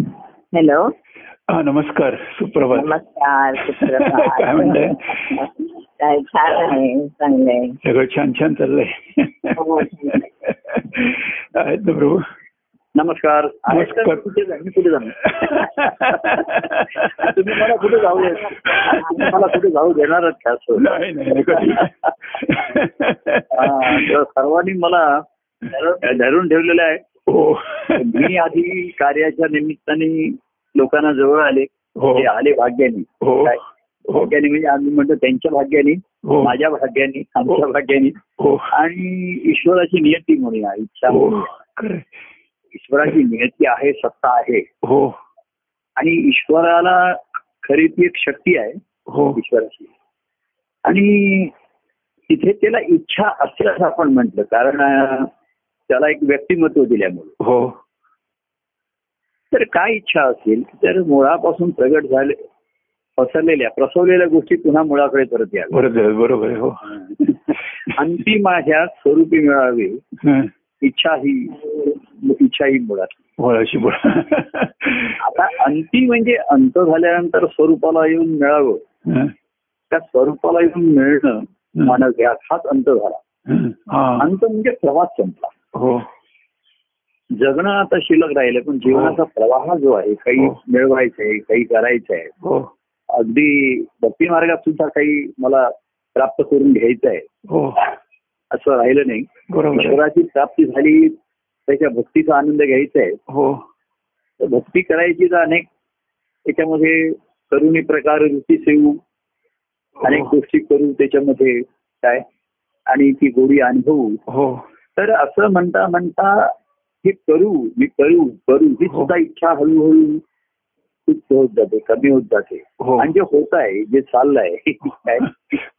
Hello हा नमस्कार सुप्रभात नमस्कार सुप्रभात. काय म्हणताय? काय छान आहे चांगलंय सगळं छान छान चाललंय हो. आहेत ना प्रभू नमस्कार नमस्कार. नमस्कार कुठे जाऊ मी कुठे जाणार तुम्ही मला कुठे जाऊ दे मला कुठे जाऊ देणारच का असं? नाही नाही नाही, कधी हा, नाही. तर सर्वांनी मला धर- धरून ठेवलेलं आहे हो मी आधी कार्याच्या निमित्ताने लोकांना जवळ आले हो ते आले भाग्याने हो काय? हो भाग्याने म्हणजे आम्ही म्हणतो त्यांच्या भाग्याने हो माझ्या भाग्याने आमच्या हो. भाग्याने हो आणि ईश्वराची नियती म्हणूया इच्छा हो म्हणूया. खरं. ईश्वराची नियती आहे सत्ता आहे हो आणि ईश्वराला खरी ती एक शक्ती आहे हो ईश्वराची आणि तिथे त्याला इच्छा असल्याचं आपण म्हटलं कारण अं, त्याला एक व्यक्तिमत्व दिल्यामुळे हो तर काय इच्छा असेल तर मुळापासून प्रगट झाले पसरलेल्या प्रसवलेल्या गोष्टी पुन्हा मुळाकडे परत याव्या बरोबर बरोबर आहे, हो अंतिम माझ्या स्वरूपी मिळावे हं. इच्छा ही इच्छा ही मुळात मुळाशी बोला आता अंतिम म्हणजे अंत झाल्यानंतर स्वरूपाला येऊन मिळावं हं. त्या स्वरूपाला येऊन मिळणं मानव घ्या हाच अंत झाला हं. हा अंत म्हणजे प्रवास संपला हो जगणं आता शिल्लक राहिलं पण जीवनाचा प्रवाह जो आहे काही हो. मिळवायचं आहे काही करायचं आहे हो अगदी भक्ती मार्गात सुद्धा काही मला प्राप्त करून घ्यायचं आहे हो असं राहिलं नाही बरोबर आहे. ईश्वराची प्राप्ती झाली त्याच्या भक्तीचा आनंद घ्यायचा आहे हो तर भक्ती करायची तर अनेक त्याच्यामध्ये करुणी प्रकार रुची सेवू अनेक हो. गोष्टी करू त्याच्यामध्ये काय आणि ती गोडी अनुभवू हो तर असं म्हणता म्हणता हे करू मी करू करू ही हो. सुद्धा इच्छा हळूहळू तुच्छ होत जाते कमी होत जाते हो आणि जे होत आहे जे चाललंय काय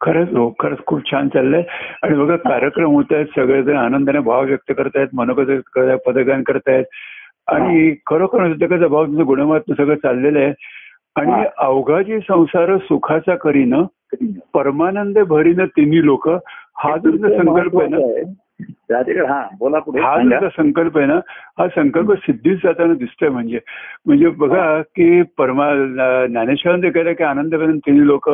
खरंच हो खरंच खूप छान चाललंय आणि बघा कार्यक्रम होत आहेत सगळेजण आनंदाने भाव व्यक्त करतायत मनोगत व्यक्त करतायत पदगान करतायत आणि खरोखर म्हणजे त्याचा भाव तुझं गुणवत्ता सगळं चाललेलं आहे आणि हा. अवघा जे संसार सुखाचा करीनं परमानंद भरीनं तिन्ही लोक हा जो तुझा संकल्प आहे ना रात्रीकडे हा बोला पुढे हा सांगा. जो संकल्प आहे ना हा संकल्प सिद्धीच जाताना दिसतोय म्हणजे म्हणजे बघा की परमा ना- ज्ञानेश्वरांचे गेले की आनंदपर्यंत तिन्ही लोक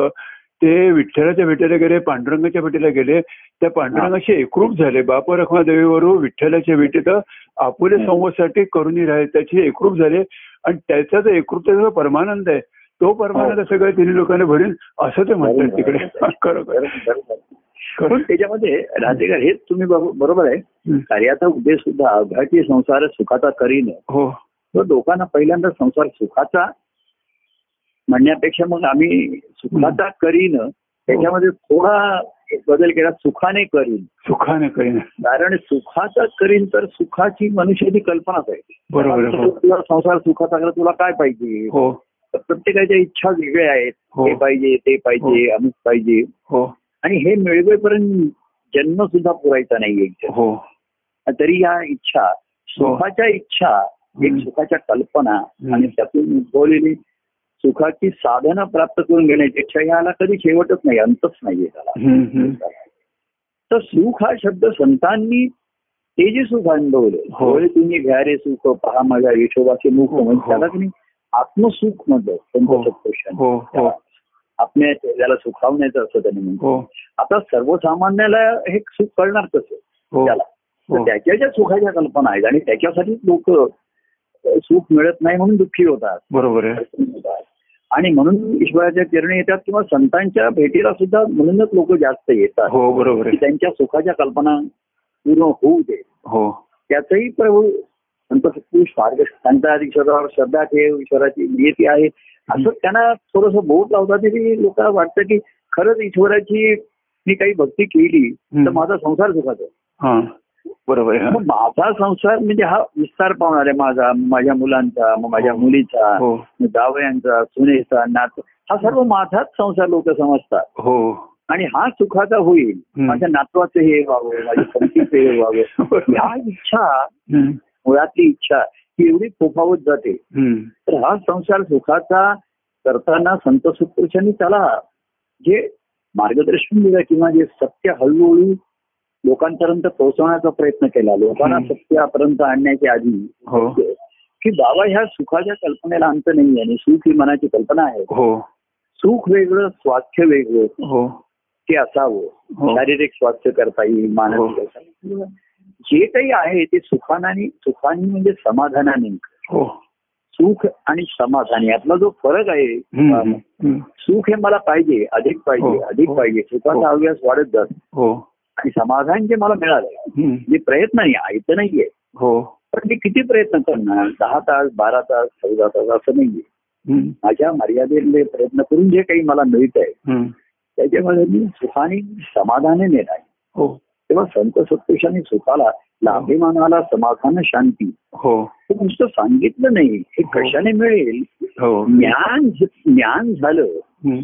ते विठ्ठलाच्या भेटीला गेले पांडुरंगाच्या भेटीला गेले त्या पांडुरंगाशी एकरूप झाले बाप रखमा देवीवरून विठ्ठलाच्या भेटीत आपुले हं. संवादसाठी करुणी राहिले त्याची एकरूप झाले आणि त्याचा जो एकरूपचा जो परमानंद आहे तो परमानंद सगळ्या तिन्ही लोकांना भरील असं ते म्हणतात तिकडे खरोखर हो. बरोबर, बरोबर. पण त्याच्यामध्ये रात्रीकर हेच तुम्ही बरो- बरोबर आहे हं. कार्याचा उद्देश सुद्धा अघाटी संसार सुखाचा करीन हो तर लोकांना पहिल्यांदा संसार सुखाचा म्हणण्यापेक्षा मग आम्ही सुखाचा करीन हो. त्याच्यामध्ये थोडा बदल केला सुखाने करीन सुखाने करीन कारण सुखाचा करीन तर सुखाची मनुष्याची कल्पनाच आहे बरोबर आहे, हो. तुला संसार सुखाचा करा तुला काय पाहिजे हो तर प्रत्येकाच्या इच्छा वेगळ्या आहेत हो. हे पाहिजे ते पाहिजे अमुक पाहिजे हो आणि हे मिळवेपर्यंत जन्म सुद्धा पुरायचा नाहीये हो तरी या इच्छा सुखाच्या इच्छा एक हम्म. सुखाच्या कल्पना हम्म. आणि त्यातून उद्भवलेली सुखाची साधनं प्राप्त करून घेण्याची इच्छा ह्याला कधी शेवटच नाही अंतच नाहीये त्याला हम्म, हम्म. तर सुख हा शब्द संतांनी ते जे सुख अनुभवले हो. होळे तुम्ही घ्या रे सुख पहा माझ्या यशोबाचे मुख हो, म्हणजे हो. त्याला तुम्ही आत्मसुख म्हटलं हो, संत सत्पुरुषांनी. हो हो आपल्या त्याला सुखावण्याचं असं त्यांनी म्हणतो हो आता सर्वसामान्याला हे सुख कळणार कसं हो त्याला तर हो त्याच्या ज्या सुखाच्या कल्पना आहेत आणि त्याच्यासाठी लोक सुख मिळत नाही म्हणून दुःखी होतात बरोबर आहे अडचणीत होतात. आणि म्हणून ईश्वराच्या चरणी येतात किंवा संतांच्या भेटीला सुद्धा म्हणूनच लोक जास्त येतात हो बरोबर आहे की त्यांच्या सुखाच्या कल्पना पूर्ण होऊ दे हो त्याचंही प्रभू संत सत्पुरुष मार्ग सांगतात ईश्वरावर श्रद्धा ठेव ईश्वराची नियती आहे असं त्यांना थोडस बोट लावतात की लोकांना वाटतं की खरंच ईश्वराची मी काही भक्ती केली तर हम्म. माझा संसार सुखाचा आहे. हा बरोबर आहे मग हा. माझा संसार म्हणजे हा विस्तार पावणार आहे माझा माझ्या मुलांचा मग माझ्या मुलीचा हो मग जावयांचा सुनेचा नात हा सर्व माझाच संसार लोक समजतात हो आणि हा सुखाचा होईल हं. माझ्या नातवाचं हे व्हावं माझ्या पतीचं हे व्हावं बरोबर. ह्या इच्छा हम्म, मुळातली इच्छा ही एवढी फोफावत जाते हम्म. तर हा संसार सुखाचा करताना संत सत्पुरुषांनी त्याला जे मार्गदर्शन दिलं किंवा जे सत्य हळूहळू लोकांपर्यंत पोहोचवण्याचा प्रयत्न केला लोकांना हम्म. सत्यापर्यंत आणण्याच्या आधी हो की बाबा ह्या सुखाच्या कल्पनेला अंत नाही आणि सुख ही मनाची कल्पना आहे हो सुख वेगळं स्वास्थ्य वेगळं हो ते असावं हो. शारीरिक स्वास्थ्य करता येईल हो. मानसिक करता येईल. जे काही आहे ते सुखानाने सुखाने म्हणजे समाधानाने हो सुख आणि समाधान यातला जो फरक आहे हम्म, हम्म. सुख हे मला पाहिजे अधिक पाहिजे हो. अधिक हो. पाहिजे सुखाचा हो. हव्यास वाढत जात हो आणि समाधान जे मला मिळालं हम्म. जे प्रयत्न नाही आहे तर नाहीये हो पण मी किती प्रयत्न करणार दहा तास बारा तास चौदा तास असं नाहीये हम्म, माझ्या मर्यादेतले प्रयत्न करून जे काही मला मिळत आहे हम्म. त्याच्यामध्ये मी सुखाने समाधाने नेत आहे हो तेव्हा संत सत्पुरुषांनी सुखाला लाभिमानाला समाधान शांती हो हे नुसतं सांगितलं नाही हे हो. कशाने मिळेल हो ज्ञान झ- ज्ञान झालं हम्म.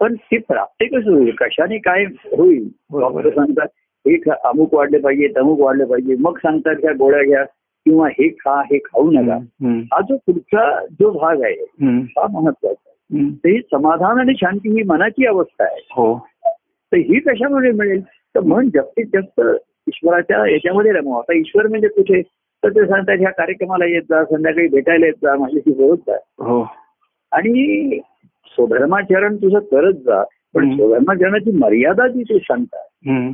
पण ते प्राप्ती कसं होईल कशाने काय होईल बरोबर. डॉक्टर सांगतात हे खा अमुक वाढले पाहिजे अमुक वाढले पाहिजे मग सांगतात ह्या गोळ्या घ्या किंवा हे खा हे खाऊ नका हम्म, हा जो पुढचा जो भाग आहे हम्म, हा महत्वाचा आहे हम्म. तर ही समाधान आणि शांती ही मनाची अवस्था आहे हो तर ही कशामध्ये मिळेल तर मन जास्तीत जास्त ईश्वराच्या याच्यामध्ये रमव आता ईश्वर म्हणजे कुठे तर ते सांगतात ह्या कार्यक्रमाला येत जा संध्याकाळी भेटायला येत जा माझ्याशी बोलत जा हो आणि स्वधर्माचरण तुझं करत जा पण हं. स्वधर्माचरणाची मर्यादा जी ते सांगतात हम्म,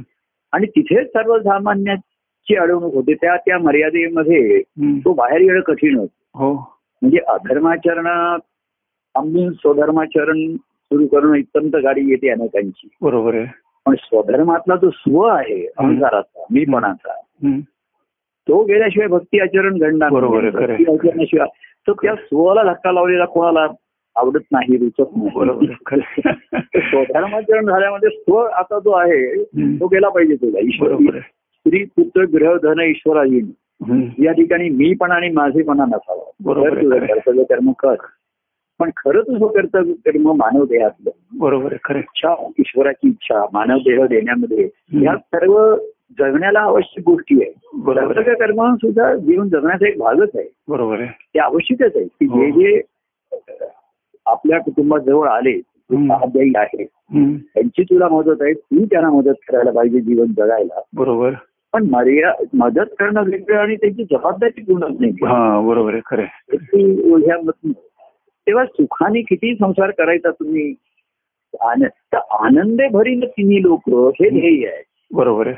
आणि तिथेच सर्वसामान्याची अडवणूक होते त्या त्या मर्यादेमध्ये हम्म. तो बाहेर येणं कठीण होत हो म्हणजे अधर्माचरणात आम्ही स्वधर्माचरण सुरू करून इतंत गाडी येते अनेकांची बरोबर आहे पण स्वधर्मातला जो स्व आहे हं. अंगाराचा मीपणाचा हम्म, तो गेल्याशिवाय भक्ती आचरण घडणार नाही. बरोबर आहे, खरं आहे. भक्ती आचरणाशिवाय तर त्या स्वला धक्का लावलेला कोणाला आवडत नाही रुचत बरोबर आहे, नाही खरं आहे. स्वधर्माचरण झाल्यामध्ये स्व आता जो आहे हं. तो गेला पाहिजे तुझा ईश्वर बरोबर आहे. स्त्री पुत्र ग्रह धन ईश्वराधीन हम्म, या ठिकाणी मीपणा आणि माझेपणा नसावा बरोबर तर आहे, तुझं खरं आहे. कर्तव्य कर्म कर पण खरं तुझं कर्तव्य कर्म मानव देहातलं बरोबर आहे खरं आहे. इच्छा ईश्वराची इच्छा मानव देह देण्यामध्ये ह्या सर्व जगण्याला आवश्यक गोष्टी आहे बरोबर आहे कर्तव्य कर्म सुद्धा जीवन जगण्याचा एक भागच आहे बरोबर आहे ते आवश्यकच आहे की जे हो. जे अ, आपल्या कुटुंबाजवळ आले जे हं. सहाध्यायी आहेत हम्म, त्यांची तुला मदत आहे तू त्यांना मदत करायला पाहिजे जीवन जगायला बरोबर पण मर्या मदत करणं वेगळं आणि त्यांची जबाबदारी पूर्ण नाही हा बरोबर आहे खरं आहे. ती ओझ्या मत- तेव्हा सुखाने किती संसार करायचा तुम्ही आन- तर आनंदे भरीन तिन्ही लोक हे ध्येय आहे बरोबर आहे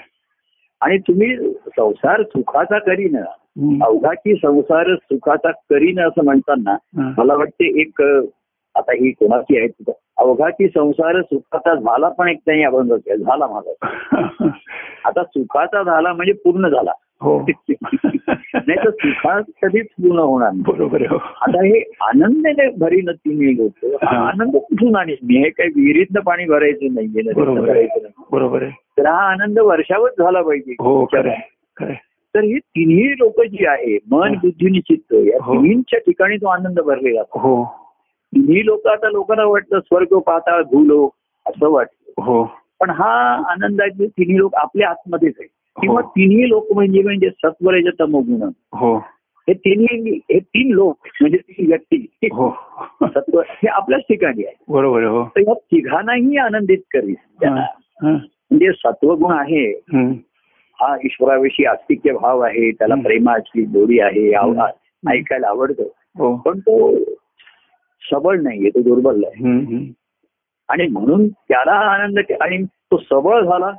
आणि तुम्ही संसार सुखाचा करीन हम्म, अवघाची संसार सुखाचा करीन असं म्हणताना हा. मला वाटते एक अ, आता ही कोणाची आहे तिथं अवघाची संसार सुखाचा झाला पण एक नाही अभंग केला. झाला माझा आता सुखाचा झाला म्हणजे पूर्ण झाला हो नाही तर सुखा कधीच पूर्ण होणार नाही बरोबर आहे हो. आता हे आनंदाने भरीन तिन्ही लोक हा. आनंद कुठून आणि मी हे काही विहिरीतनं पाणी भरायचं नाहीये नदीतनं बरोबर आहे भरायचं नाही. बरोबर आहे तर हा आनंद वर्षावच झाला हो खरं पाहिजे आहे खरं आहे. तर ही तिन्ही लोक जी आहे मन हा. बुद्धी आणि चित्त या हो. तिन्हीच्या ठिकाणी तो आनंद भरलेला असतो. हो तिन्ही लोक आता लोकांना वाटतं स्वर्ग पाताळ भूलोक असं वाटतं हो पण हा आनंदाचे तिन्ही लोक आपल्या आतमध्येच आहे किंवा हो. तिन्ही लोक म्हणजे म्हणजे सत्वरेज तमगुण हो हे तिन्ही हे तीन लोक म्हणजे तीन व्यक्ती हो सत्व हे आपल्याच ठिकाणी आहे बरोबर आहे हो तर या तिघांनाही आनंदित करीस हा, हा. म्हणजे सत्वगुण आहे हम्म, हा ईश्वराविषयी आस्तिक्य भाव आहे त्याला हं. प्रेमाची गोडी आहे आव- हं. ऐकायला आवडतं हो पण तो सबळ नाहीये तो दुर्बल आहे हम्म, हम्म. आणि म्हणून त्याला आनंद आणि तो सबळ झाला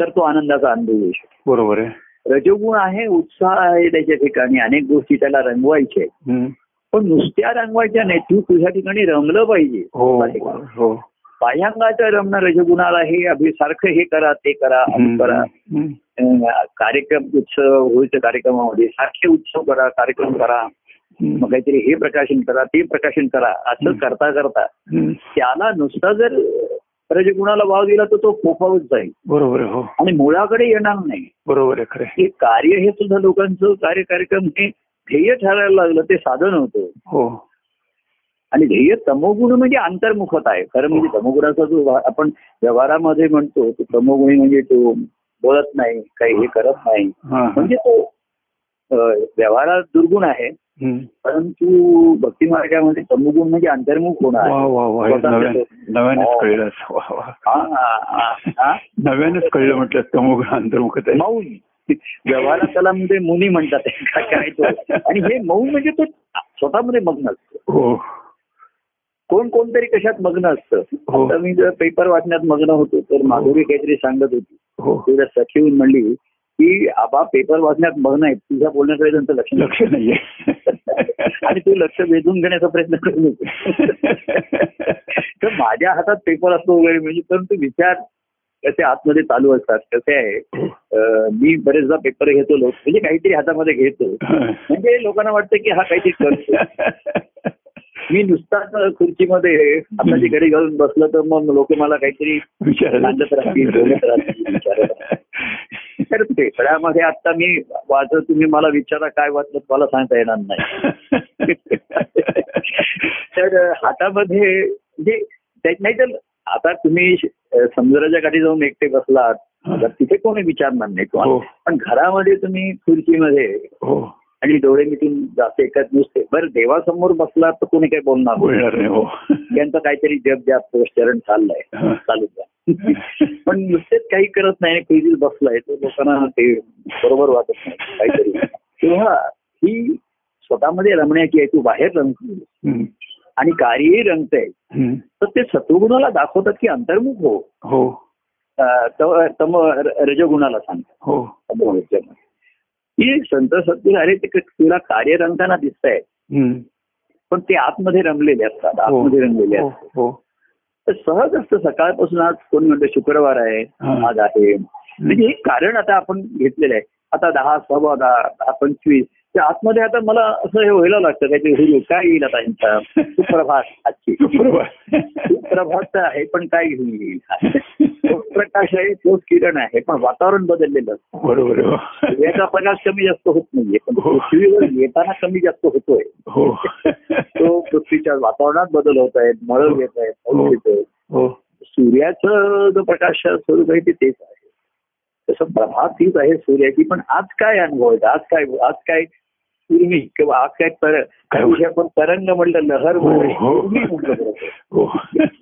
तर तो आनंदाचा अनुभव येऊ शकतो बरोबर आहे रजोगुण आहे उत्साह आहे त्याच्या ठिकाणी अनेक गोष्टी त्याला रंगवायच्या आहेत हम्म. पण नुसत्या रंगवायच्या नाही तू तुझ्या ठिकाणी रमलं पाहिजे हो हो बाह्यांगाचं रमणं रजगुणाला हे अभि सारखं हे करा ते करा अमुक हम्म, करा हम्म. अं, कार्यक्रम उत्सव होळीच्या कार्यक्रमामध्ये सारखे उत्सव करा कार्यक्रम करा मग हम्म, काहीतरी हे प्रकाशन करा ते प्रकाशन करा असं हं. करता करता हम्म. त्याला नुसता जर रजगुणाला वाव दिला तर तो फोफावत जाईल बरोबर आहे हो आणि मुळाकडे येणार नाही बरोबर आहे खरं आहे. हे कार्य हे सुद्धा लोकांचं कार्य कार्यक्रम हे ध्येय ठरायला लागलं ते साधन होतं हो आणि ध्येय तमोगुण म्हणजे अंतर्मुखत आहे खरं म्हणजे तमोगुणाचा जो वा- आपण व्यवहारामध्ये म्हणतो तो तमोगुणी म्हणजे तो बोलत नाही काही हे करत नाही हा, हा. म्हणजे तो अं, व्यवहारात दुर्गुण आहे हम्म. परंतु भक्ती मार्गामध्ये तमोगुण म्हणजे अंतर्मुख होणार वा वा वा हे नव्या- नव्यानेच कळलं असं. वा वा हा, हा, हा. नव्यानेच कळलं म्हटलं तमुग अंतर्मुखत आहे मौन व्यवहारात त्याला म्हणजे मुनी म्हणतात काय काय तो. आणि हे मऊ म्हणजे तो स्वतःमध्ये मग्न असतो हो कोण कोणतरी कशात मग्न असतं हो. आता मी जर पेपर वाचण्यात मग्न होतो तर माधुरी काहीतरी सांगत होती हो तुझ्या सखीहून म्हणली की आबा पेपर वाचण्यात मग्न आहे तुझ्या बोलण्याकडे त्यांचं लक्ष नाही. लक्ष नाहीये आणि तू लक्ष वेधून घेण्याचा प्रयत्न करू नको तर माझ्या हातात पेपर असतो वगैरे म्हणजे परंतु विचार कसे आतमध्ये चालू असतात कसे आहे अं, मी बरेचदा पेपर घेतो लोक म्हणजे काहीतरी हातामध्ये घेतो म्हणजे लोकांना वाटतं की हा काहीतरी करतो मी नुसताच खुर्चीमध्ये हाताची घडी घालून बसलो तर मग लोक मला काहीतरी सांगत राहतील, बोलत राहतील, विचारत तर पेपरामध्ये आता मी वाचत तुम्ही मला विचारा काय वाचलं मला सांगता येणार नाही तर हातामध्ये जे नाही तर आता तुम्ही अ, समुद्राच्या काठी जाऊन एकटे बसलात तर तिथे कोणी विचारणार नाही हो. तुम्हाला पण घरामध्ये तुम्ही खुर्चीमध्ये हो आणि डोळे मिटून जास्त एकत नुसते बरं देवासमोर बसला तर कोणी काही बोलणार नाही. बोलणार नाही हो त्यांचं काहीतरी जप जाप चरण चाललंय हा. चालू द्या पण नुसतेच काही करत नाही खुर्चीत बसलाय तर लोकांना ते बरोबर वाटत नाही काहीतरी तेव्हा ही स्वतःमध्ये रमण्याची आहे तू बाहेर रंग हम्म. आणि कार्यही रंगतंय हम्म. तर ते सत्वगुणाला दाखवतात की अंतर्मुख हो हो अं, तव- तम र- रजोगुणाला सांगतात हो तमोगुणाला. की संत सत्य अरे ते क- तुला कार्य रंगताना दिसत आहे हम्म. पण ते आतमध्ये रंगलेले असतात हो. आतमध्ये रंगलेले हो, असतात हो तर सहज असतं सकाळपासून आज कोण म्हणतं शुक्रवार आहे हा. आज आहे म्हणजे हे कारण आता आपण घेतलेलं आहे आता दहा सव्वा दहा दहा पंचवीस त्या आतमध्ये आता मला असं हे व्हायला लागतं काहीतरी होईल काय येईल आता यांचा सुप्रभात आजची सुप्रभात. सुप्रभात तर आहे पण काय घेऊन येईल तो प्रकाश आहे तोच किरण आहे पण वातावरण बदललेलं असतं बरोबर आहे, सूर्याचा प्रकाश कमी जास्त होत नाहीये पण हो. पृथ्वीवर येताना कमी जास्त होतोय हो तो पृथ्वीच्या वातावरणात बदल होत आहेत मळल येत आहेत हो. पाऊस येतोय हो सूर्याचं जो प्रकाश स्वरूप आहे ते तेच आहे तसं प्रभात हीच आहे सूर्याची पण आज काय अनुभव आहे आज काय आज काय उर्मी किंवा आज काय तर काही दिवशी आपण तरंग म्हटलं लहर हो म्हटलं हो उर्मी म्हटलं बरोबर. हो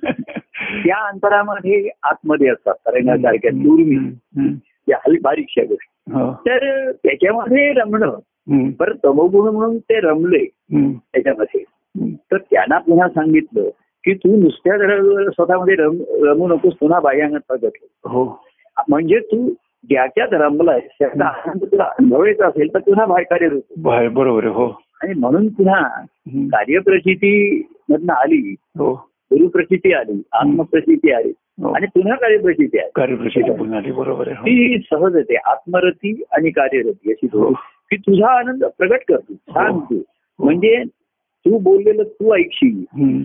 त्या अंतरामध्ये आतमध्ये असतात तरंगासारख्या दुर्मी हम्म. या हल्ली बारीकशा गोष्टी हो. तर त्याच्यामध्ये रमणं हम्म. बरं तमोगुण म्हणून ते रमले हम्म. त्याच्यामध्ये हम्म. तर त्यांना पुन्हा सांगितलं की तू नुसत्या घरावर स्वतःमध्ये रम रमू नकोस पुन्हा बाह्यांगत प्रगट हो. हो म्हणजे तू ज्याच्यात रमलाय त्याचा आनंद तुला अनुभवायचा असेल तर पुन्हा बाहेर कार्यरत हो. बाहेर बरोबर आहे हो आणि म्हणून पुन्हा हम्म. कार्यप्रचिती मधनं आली हो गुरुप्रचिती आली आत्मप्रचिती आली हो. आणि पुन्हा कार्यप्रचिती आली कार्यप्रसिद्ध पुन्हा आली, बरोबर आहे ती सहज येते आत्मरती आणि कार्यरती अशी हो दोन. की तुझा आनंद प्रगट कर तू सांग हो. तू म्हणजे तू बोललेलं तू ऐकशील हम्म.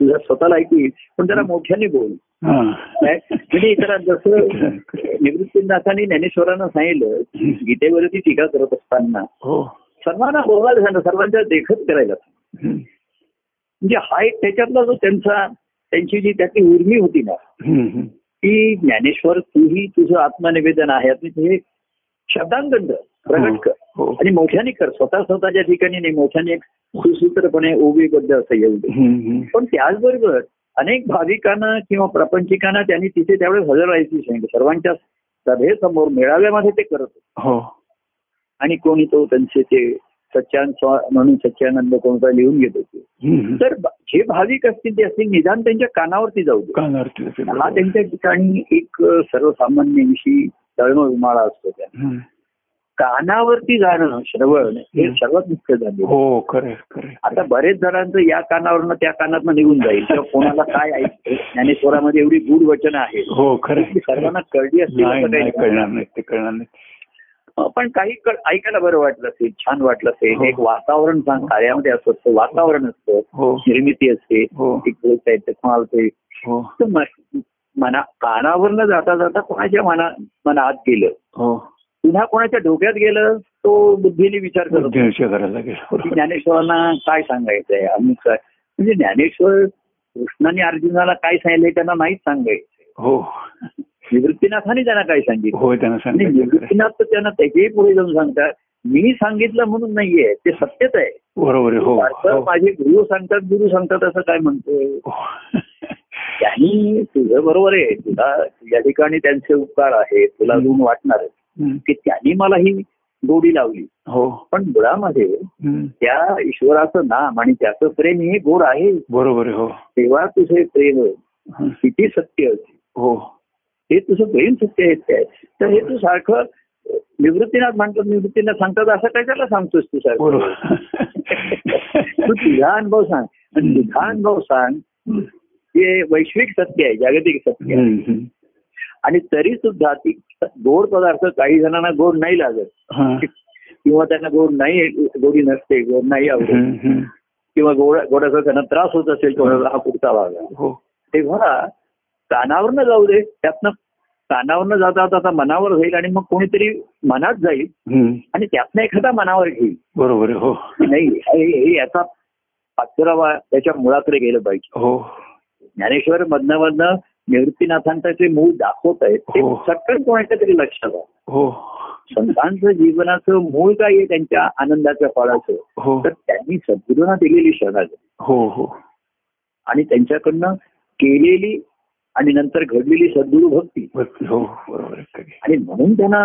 तुझा स्वतःला ऐकशील पण जरा मोठ्याने बोल हा. काय? म्हणजे त्याला जसं निवृत्तीनाथांनी ज्ञानेश्वरांना सांगितलं की गीतेवरती टीका करत असताना हो सर्वांना बोलायला सांगा सर्वांच्या देखत करायला सांगा. हम्म. म्हणजे हा एक त्याच्यातला जो त्यांचा त्यांची जी त्यातली उर्मी होती ना हम्म. की ज्ञानेश्वर तूही तुझं आत्मनिवेदन आहे आणि हे शब्दांगंड प्रगट कर हो आणि मोठ्याने कर स्वतः स्वतःच्या ठिकाणी नाही मोठ्याने एक सुसूत्रपणे ओबीबद्ध असं येऊ दे हम्म. हम्म. पण त्याचबरोबर अनेक भाविकांना किंवा प्रापंचिकांना त्यांनी तिथे त्यावेळेस हजर राहायची सांगितलं सर्वांच्या सभेसमोर मेळाव्यामध्ये ते करत होते. हो आणि कोणी तो त्यांचे ते सच्चान स्वा- म्हणून सच्चानंद कोणता लिहून घेत होते हम्म. तर ब- जे भाविक असतील ते असतील निदान त्यांच्या कानावरती जाऊ दे कानावरती जाते, बरोबर. हा त्यांच्या ठिकाणी एक अ, सर्वसामान्यांशी तळमळ उमाळा असतो त्या हम्म. कानावरती जाणं श्रवण हे सर्वात मुख्य झाले हो खरे खरे आता बरेच जणांचं या कानावरनं त्या कानातनं निघून जाईल किंवा कोणाला काय ऐकतं ज्ञानेश्वरामध्ये एवढी गूढ वचन आहेत हो खरे ती सर्वांना कळली असतील नाही असं काही नाही नाही. कळणार नाही ते कळणार नाही पण काही कळ- ऐकायला बरं वाटलं असेल छान वाटलं असेल हो. एक वातावरण सांग कार्यामध्ये असं असतं वातावरण असतं हो निर्मिती असते हो. एक बोलता येते कोणाला ते हो तर म- मना कानावरनं जाता जाता कोणाच्या मना मनात गेलं हो पुन्हा कोणाच्या डोक्यात गेलं तो बुद्धीने विचार करतो दीडशे करायला लागेल की बरोबर. ज्ञानेश्वरांना काय सांगायचंय अमुक काय म्हणजे ज्ञानेश्वर कृष्णाने अर्जुनाला काय सांगितलंय त्यांना नाहीच सांगायचं हो निवृत्तीनाथाने त्यांना काय सांगितलं हो त्यांना आणि सांगितलं खरं. निवृत्तीनाथ तर त्यांना त्याच्याही पुढे जाऊन सांगतात मी सांगितलं म्हणून नाहीये ते सत्यच आहे बरोबर आहे, हो सारखं हो. माझे गुरु सांगतात गुरु सांगतात असं काय म्हणतोय हो त्यांनी तुझं बरोबर आहे तुला या ठिकाणी त्यांचे उपकार आहेत तुला गुण वाटणार आहे हम्म. की त्यांनी मला ही गोडी लावली हो पण मुळामध्ये हम्म. त्या ईश्वराचं नाम आणि त्याचं प्रेम हे गोड आहे बरोबर आहे हो तेव्हा तुझे प्रेम हं. किती सत्य होते हो हे तुझं प्रेम सत्य आहे ते आहे. तर हे तू सारखं निवृत्तीनाथ म्हणतात निवृत्तीनाथ सांगतात असं काय त्याला सांगतोस तू सारखं बरोबर तू तुझा अनुभव सांग आणि तुझा अनुभव सांग हम्म. हे वैश्विक सत्य आहे जागतिक सत्य आहे हम्म. आणि तरी सुद्धा ती गोड पदार्थ काही जणांना गोड नाही लागत हा. किंवा त्यांना गोड नाही गोडी नसते गोड नाही आवडत हम्म. हम्म. किंवा गोड गोडाचा त्यांना त्रास होत असेल कोणाला हा पुढचा भाग आहे. हो तेव्हा कानावरनं जाऊ दे त्यातनं कानावरनं जाता जाता आता मनावर जाईल आणि मग कोणीतरी मनात जाईल हम्म. आणि त्यातनं एखादा मनावर घेईल बरोबर आहे हो की नाही हे- हे याचा पाचरावा त्याच्या मुळाकडे गेलं पाहिजे हो ज्ञानेश्वर मधनं मधनं निवृत्तीनाथांचं जे मूळ दाखवत आहेत ते हो. चटकन कोणाच्या तरी लक्षात आहे हो संतांचं जीवनाचं मूळ काय आहे त्यांच्या आनंदाच्या फळाचं हो तर त्यांनी सद्गुरूंना दिलेली शरण हो हो आणि त्यांच्याकडनं केलेली आणि नंतर घडलेली सद्गुरू भक्ती बर- हो बरोबर आहे. आणि म्हणून त्यांना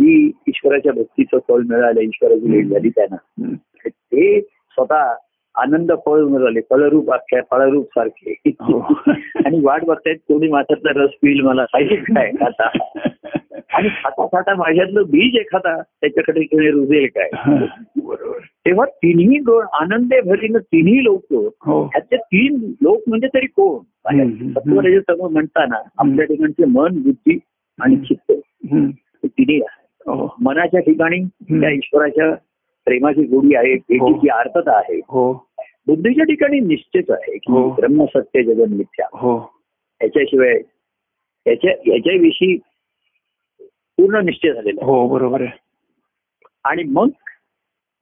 ही ईश्वराच्या भक्तीचं फळ मिळालं ईश्वराची भेट झाली त्यांना हम्म. ते स्वतः आनंद फळ मिळाले फळरूप अख्या फळरूप सारखे हो आणि वाट बघतायत कोणी माझ्यातला रस पिईल मला पाहिजे काय खाता आणि खाता खाता माझ्यातलं बीज एखादा त्याच्याकडे कोणी रुजेल काय हा. बरोबर तेव्हा तिन्ही गुण आनंदे भरीनं तिन्ही लोक हो ह्याचे तीन लोक म्हणजे तरी कोण हम्म. सत्वरज तमो म्हणताना आपल्या ठिकाणचे मन बुद्धी आणि चित्त हम्म. हे तिन्ही आहे. हो मनाच्या ठिकाणी त्या ईश्वराच्या प्रेमाची गोडी आहे भेटीची आर्थता आहे हो बुद्धीच्या ठिकाणी निश्चित आहे की हो. ब्रह्म सत्य जगन मिथ्या हो याच्याशिवाय याच्या याच्याविषयी पूर्ण निश्चय झालेला आहे हो बरोबर आहे आणि मग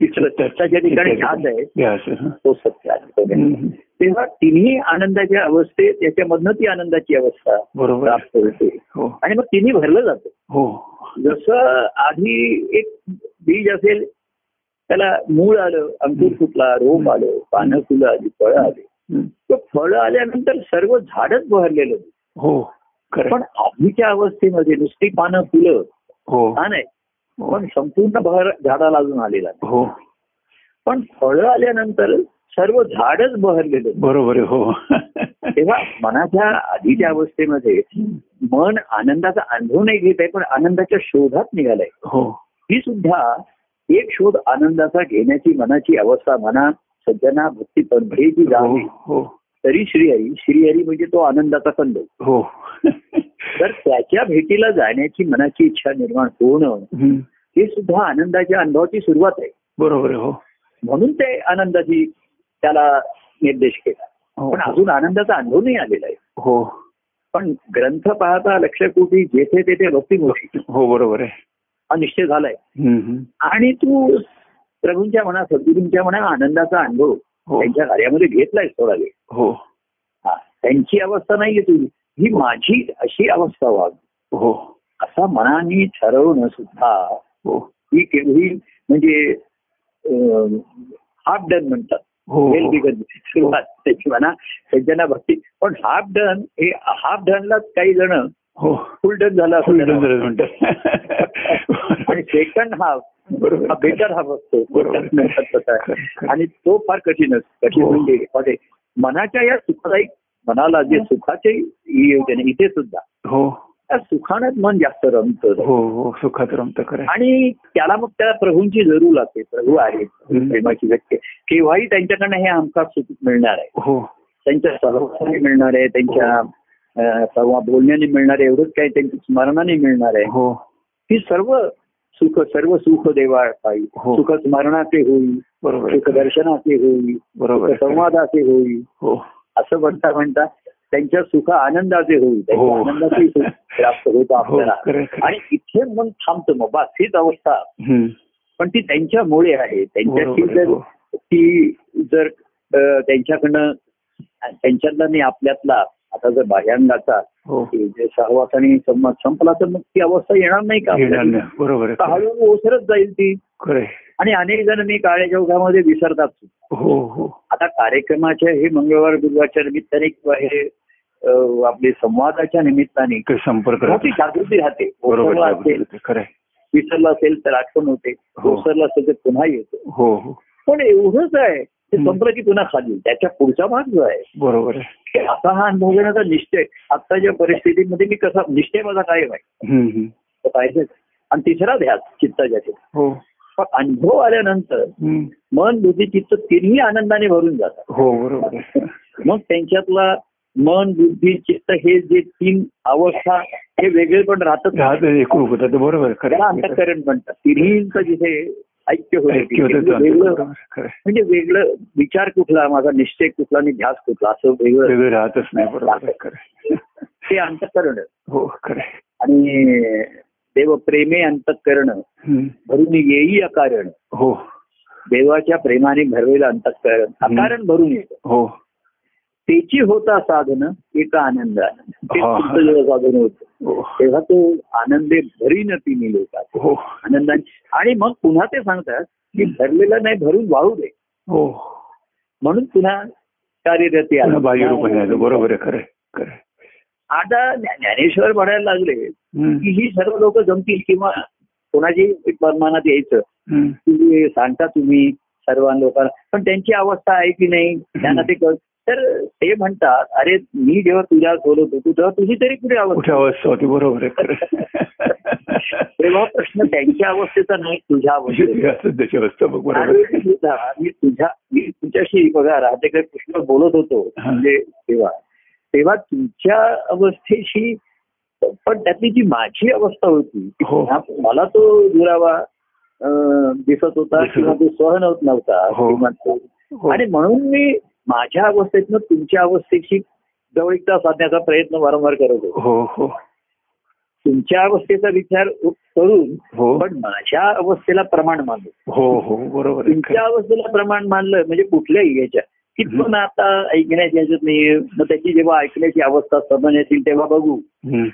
तिसरं सत्याच्या ठिकाणी ध्यास आहे ध्यास आहे, हा. तो सत्य आहे हम्म. तेव्हा तिन्ही आनंदाच्या अवस्थेत याच्यामधनं ती आनंदाची अवस्था बरोबर आहे. प्राप्त होते हो आणि मग तिन्ही भरलं जातं हो जसं आधी एक बीज असेल त्याला मूळ आलं अंकुर फुटला रोप आलं पानं फुलं आली फळं आली हम्म. तर फळं आल्यानंतर सर्व झाडच बहरलेलं होतं. हो खरं पण आहे. आधीच्या अवस्थेमध्ये नुसती पानं फुलं हो हा नाही पण संपूर्ण बहर झाडाला अजून आलेला नाही. हो पण फळं आल्यानंतर सर्व झाडच बहरलेलं होतं. बरोबर आहे हो तेव्हा मनाच्या आधीच्या अवस्थेमध्ये मन आनंदाचा अनुभव नाही घेत आहे पण आनंदाच्या शोधात निघालाय हो ही सुद्धा एक शोध आनंदाचा घेण्याची मनाची अवस्था म्हणा सज्जना भक्ती पंथेची हो जावी हो तरी श्रीहरी श्रीहरी म्हणजे तो आनंदाचा कंद हो तर त्याच्या भेटीला जाण्याची मनाची इच्छा निर्माण होणं हम्म. हे सुद्धा आनंदाच्या अनुभवाची सुरुवात आहे बरोबर आहे हो म्हणून ते आनंदाची त्याला निर्देश केला हो, पण अजून आनंदाचा अनुभव नाही आलेला आहे हो पण ग्रंथ पाहता लक्ष कोटी जेथे तेथे भक्ती मोठी हो बरोबर आहे हा निश्चय झालाय हम्म, हम्म. आणि तू प्रभूंच्या म्हणा सद्गुरूंच्या म्हणा आनंदाचा अनुभव हो त्यांच्या कार्यामध्ये घेतलाय थोडा वेळ हो हा, त्यांची अवस्था नाहीये तुझी ही माझी अशी अवस्था व्हावी हो असा मनाने ठरवणं सुद्धा हो ही केवढी म्हणजे हाफ डन म्हणतात हो Well हो begun. सुरुवात त्याची म्हणा सज्जना भक्ती पण हाफ डन हे हाफ डनला काही जण हो फुल डन झाला फुल डोजर म्हणतात आणि सेकंड हाफ बरोबर. हा बेटर हाफ असतो बरोबर. म्हणतात तसा आहे. खरं, खरं. आणि तो फार कठीण असतो कठीण हो. म्हणजे म्हणजे मनाच्या या सुखदायी मनाला जे सुखाचे योजने इथे सुद्धा हो त्या सुखानच मन जास्त रमतं हो हो सुखात रमत खरं आहे. आणि त्याला मग त्या प्रभूंची जरूर लागते प्रभू आहेत हम्म. प्रेमाची व्यक्ती केव्हाही त्यांच्याकडनं हे हमखास सुख मिळणार आहे हो त्यांच्या सहवासाने मिळणार आहे त्यांच्या अं, संवाद बोलण्याने मिळणार आहे एवढंच काय त्यांच्या स्मरणाने मिळणार आहे हो ही सर्व सुख सर्व सुख देवा पायी हो. सुख स्मरणाचे होईल बरोबर आहे. सुख दर्शनाचे होईल बरोबर आहे. सुख संवादाचे होईल हो असं म्हणता म्हणता त्यांच्या सुख आनंदाचे होईल हो. त्यांच्या आनंदाचे सुख प्राप्त हो होतं आपल्याला खरं आहे, खरं आहे. आणि इथे मग थांबतो मग बस हीच अवस्था हम्म. पण ती त्यांच्यामुळे आहे त्यांच्याशी बरोबर आहे, जर हो. ती जर अ, त्यांच्याकडनं त्यांच्यातला आणि आपल्यातला आता जर बाह्यांगाचा हो हे जे सहवास आणि संवाद संपला तर मग ती अवस्था येणार नाही का येणार आपल्याला? नाही. बरोबर आहे तर खरं आहे. हळूहळू ओसरत जाईल ती खरं आहे. आणि अनेक जण मी काळ्याच्या ओघामध्ये विसरतात हो हो आता कार्यक्रमाच्या हे मंगळवार गुरुवारच्या निमित्ताने किंवा हे अ, आपले संवादाच्या निमित्ताने काही संपर्क मोठी राहतो. जागृती राहते बरोबर ओसरला आहे, असेल खरं आहे. विसरला असेल तर आठवण होते हो. विसरला असेल तर पुन्हा येतो हो हो पण एवढंच आहे ते हं. संपलं की पुन्हा खाली त्याच्या पुढचा भाग जो आहे बरोबर आहे की आता हा अनुभव घेण्याचा निश्चय आत्ताच्या परिस्थितीमध्ये मी कसा निश्चय माझा कायम आहे हम्म, हम्म. तो पाहिजेच आणि तिसरा ध्यास चित्ताच्या ठिकाणी. हो पण अनुभव आल्यानंतर हम्म. मन बुद्धी चित्त तिन्ही आनंदाने भरून जातात हो बरोबर आहे मग त्यांच्यातला मन बुद्धी चित्त हे जे तीन अवस्था हे वेगळे पण राहतच हा, नाही. ते एकरूप होतं ते बरोबर आहे, खरं त्याला आहे. अंतकरण म्हणतात तिन्हींचं जिथे ऐक्य ऐक्य होतं होतं ते वेगळं बरोबर, खरं आहे. म्हणजे वेगळं विचार कुठला माझा निश्चय कुठला आणि ध्यास कुठला असं वेगळं वेगळं राहतच नाही बरोबर आहे, खरं आहे. ते अंतकरण हो खरं आहे. आणि देव प्रेमे अंतकरण हम्म. भरून येई अकारण हो देवाच्या प्रेमाने भरलेलं अंतकरण अकारण भरून येतं हो त्याची होता साधन एका आनंदानं ते हा. शुद्ध जेव्हा साधन होतं हो तेव्हा तो आनंदे भरीन ती मिळवतात हो आनंदाने आणि मग पुन्हा ते सांगतात की भरलेलं नाही भरून वाहू दे हो म्हणून पुन्हा कार्यरती आला. पुन्हा बाह्यरूप आहे, बरोबर आहे खरं आहे, खरं आहे. आता ज्ञा- ज्ञानेश्वर म्हणायला लागले की हम्म. ही सर्व लोक जमतील किंवा कोणाची मनात यायचं हम्म. की सांगता तुम्ही सर्व लोकांना पण त्यांची अवस्था आहे की नाही त्यांना ते कळ तर ते म्हणतात अरे मी जेव्हा तुझ्या बोलत होतो तेव्हा तुझी तरी कुठे कुठे अवस्था अवस्था होती बरोबर आहे खरं आहे. तेव्हा प्रश्न त्यांच्या अवस्थेचा नाही तुझ्या अवस्थेचा जास्त त्याची अवस्था बघ बरोबर आणि आहे. तुझा, मी तुझ्या मी तुझ्याशी बघा राहतेकडे कृष्ण बोलत होतो हा. म्हणजे तेव्हा तेव्हा तुझ्या अवस्थेशी पण त्यातली जी माझी अवस्था होती ती हो. पुन्हा- मला तो दुरावा अं, दिसत होता दिसत किंवा होता. तो सहन होत नव्हता हो. किंवा तो- हो. आणि म्हणून मी माझ्या अवस्थेतनं तुमच्या अवस्थेशी जवळीकता साधण्याचा प्रयत्न वारंवार करत होतो हो हो तुमच्या अवस्थेचा विचार करून हो पण माझ्या अवस्थेला प्रमाण मानू हो हो बरोबर आहे खरं तुमच्या अवस्थेला प्रमाण मानलं म्हणजे कुठल्याही याच्या की तो ना आता ऐकण्याची याच्यात नाहीये मग त्याची जेव्हा ऐकण्याची अवस्था समज येतील तेव्हा बघू आहे. हम्म.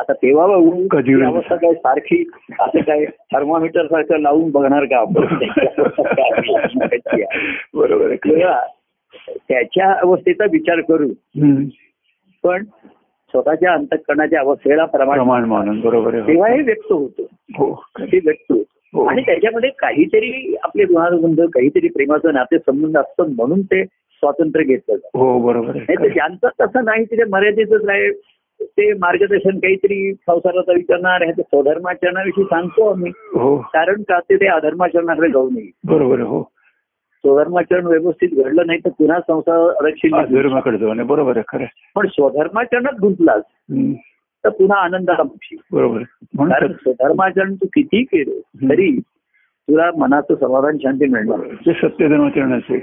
आता तेव्हा बघू कधी ती होईल? अवस्था काय सारखी असं काय थर्मामीटर सारखं लावून बघणार का आपण त्याची अवस्था काय आहे, कशी आहे. बरोबर आहे खरं आहे. तेव्हा त्याच्या अवस्थेचा विचार करू हम्म. पण स्वतःच्या अंतकरणाच्या अवस्थेला प्रमाण प्रमाण मानून बरोबर आहे तेव्हा हे व्यक्त होतो हो खरं आहे. ते व्यक्त होतो हो आणि त्याच्यामध्ये काहीतरी आपले गुणानुबंध काहीतरी प्रेमाचं नाते संबंध असतं म्हणून ते स्वातंत्र्य घेतलं जातं हो बरोबर आहे खरं नाही तर आहे. ज्यांचं तसं नाही तिथे मर्यादेच आहे ते मार्गदर्शन काहीतरी संसाराचा विचारणार आहे स्वधर्माचरणाविषयी सांगतो आम्ही हो कारण का ते ते अधर्माचरणाकडे जाऊ नये बरोबर आहे, हो स्वधर्माचरण व्यवस्थित घडलं नाही तर पुन्हा संसार रक्षित धर्माकडे जाऊ नये बरोबर आहे खरं आहे. पण स्वधर्माचरणात गुंतलास हम्म. तर पुन्हा आनंदाला मुक्षी बरोबर आहे. कारण म्हणून स्वधर्माचरण तू किती केलं तरी तुला मनाचं समाधान शांती मिळणार तर- ते सत्य धर्मचरणाचे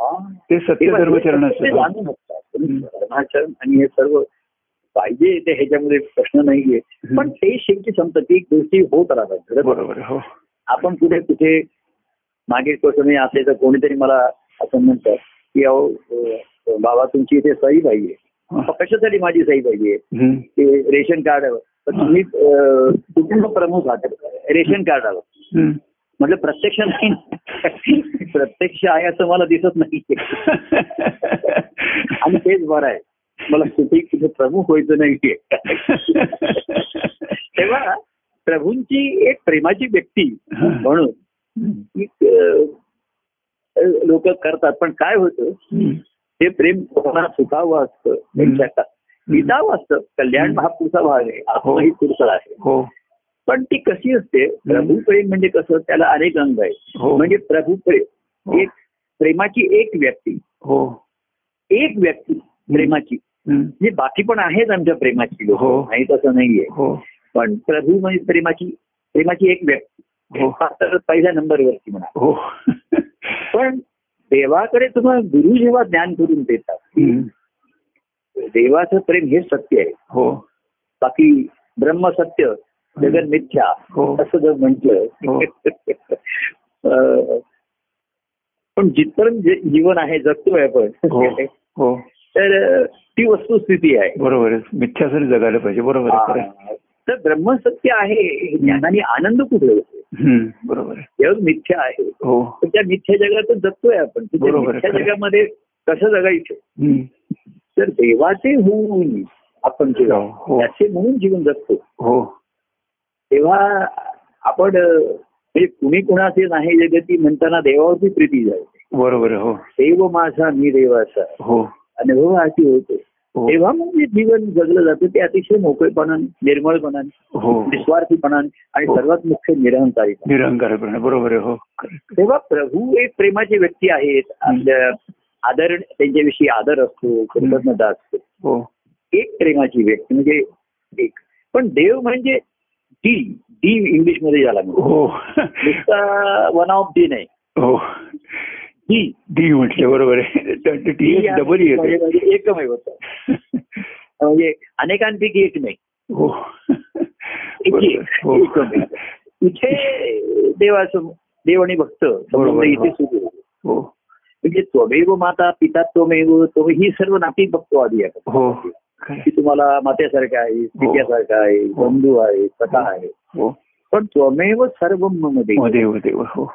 हा. ते ते सत्य पण ते धर्मचरणाचे जाणून असतात. तुम्ही धर्माचरण आणि हे सर्व पाहिजे ते ह्याच्यामध्ये प्रश्न नाहीये हम्म. पण ते शेवटी संपत ती गोष्टी होत राहतात घडत राहतात. बरोबर आहे, हो आपण कुठे कुठे मागे कोणी असले तर कोणीतरी मला असं म्हणतात की अहो अ, बाबा तुमची इथे सही पाहिजे हा. मग कशासाठी माझी सही पाहिजे हम्म. ते रेशन कार्डावर तर तुम्ही अ, कुटुंब प्रमुख आहात रेशन कार्डावर हम्म. म्हटलं प्रत्यक्ष नाही ना. प्रत्यक्ष आहे असं मला दिसत नाही आणि तेच बरं आहे मला कुठे कुठे प्रमुख व्हायचं नाहीये तेव्हा प्रभूंची एक प्रेमाची व्यक्ती म्हणून हम्म. लोक करतात पण काय होतं हम्म. ते प्रेम कोणाला सुखावं असतं त्यांच्या हितावं असतं कल्याण महापुरुषा भाग आहे आपणही पुरुषा आहे हो पण ती कशी असते प्रभू प्रेम म्हणजे कसं त्याला अनेक अंग आहे हो म्हणजे प्रभू प्रेम हो. एक प्रेमाची एक व्यक्ती हो एक व्यक्ती प्रेमाची हम्म. म्हणजे बाकी पण आहेत आमच्या प्रेमाची लोक हो. नाही तसं नाहीये हो पण प्रभू म्हणजे प्रेमाची प्रेमाची एक व्यक्ती हो. हा तर पहिल्या नंबरवरती म्हणा हो पण देवाकडे तुम्हाला गुरु जेव्हा ज्ञान करून देतात हम्म. देवाचं प्रेम हे सत्य आहे हो बाकी ब्रह्म सत्य जगन मिथ्या हो. असं जर हो. म्हटलं पण जिथपर्यंत जे- जीवन आहे जगतोय आपण हो हो तर अं, ती वस्तुस्थिती आहे बरोबर आहे मिथ्यासाठी जगायला पाहिजे बरोबर आहे खरं आहे. हा. तर ब्रह्मसत्य आहे हे ज्ञानाने आनंद कुठे होतो हम्म. बरोबर आहे जग मिथ्या आहे हो तर त्या मिथ्या जगातच जगतोय आपण तर त्या बरोबर आहे, मिथ्या खरं. जगामध्ये कसं जगायचं हम्म. तर देवाचे होऊन आपण जे हो. त्याचे म्हणून जीवन जगतो हो तेव्हा आपण अ, म्हणजे कुणी कुणाचे नाही जगती म्हणताना देवावरती प्रीती जाईल बरोबर आहे, हो देव माझा मी देव असा हो अनुभव अशी होते हो तेव्हा म्हणजे जीवन जगलं जातं ते अतिशय मोकळेपणाने निर्मळपणाने हो निस्वार्थीपणाने आणि हो. सर्वात मुख्य निरहंकारी निरंकारपणे बरोबर आहे हो तेव्हा प्रभू एक प्रेमाचे व्यक्ती आहेत आपल्या आदर त्यांच्याविषी आदर असतो कृतज्ञता असते हो एक प्रेमाची व्यक्ती म्हणजे एक पण देव म्हणजे डी डी इंग्लिश मध्ये ज्याला म्हणतो हो नुसता वन ऑफ डी नाही हो डी डी म्हटलं बरोबर आहे त्यात डी एक E डबल येते म्हणजे हो. एकमेव होतं म्हणजे अनेकांपैकी एक नाही हो एकी बरोबर, एक. हो एकमेव. इथे देवाचं देव आणि भक्त संबंध बरोबर. इथे सुरू होतो. हो म्हणजे त्वमेव माता पिता त्वमेव त्वमेव ही सर्व नाती बघतो आधी आपण हो खरं की आहे. तुम्हाला मात्यासारखं आहे पित्यासारखं आहे हो. बंधू आहे कथा आहे हो पण त्वमेव सर्वम मध्ये हो, देव देव हो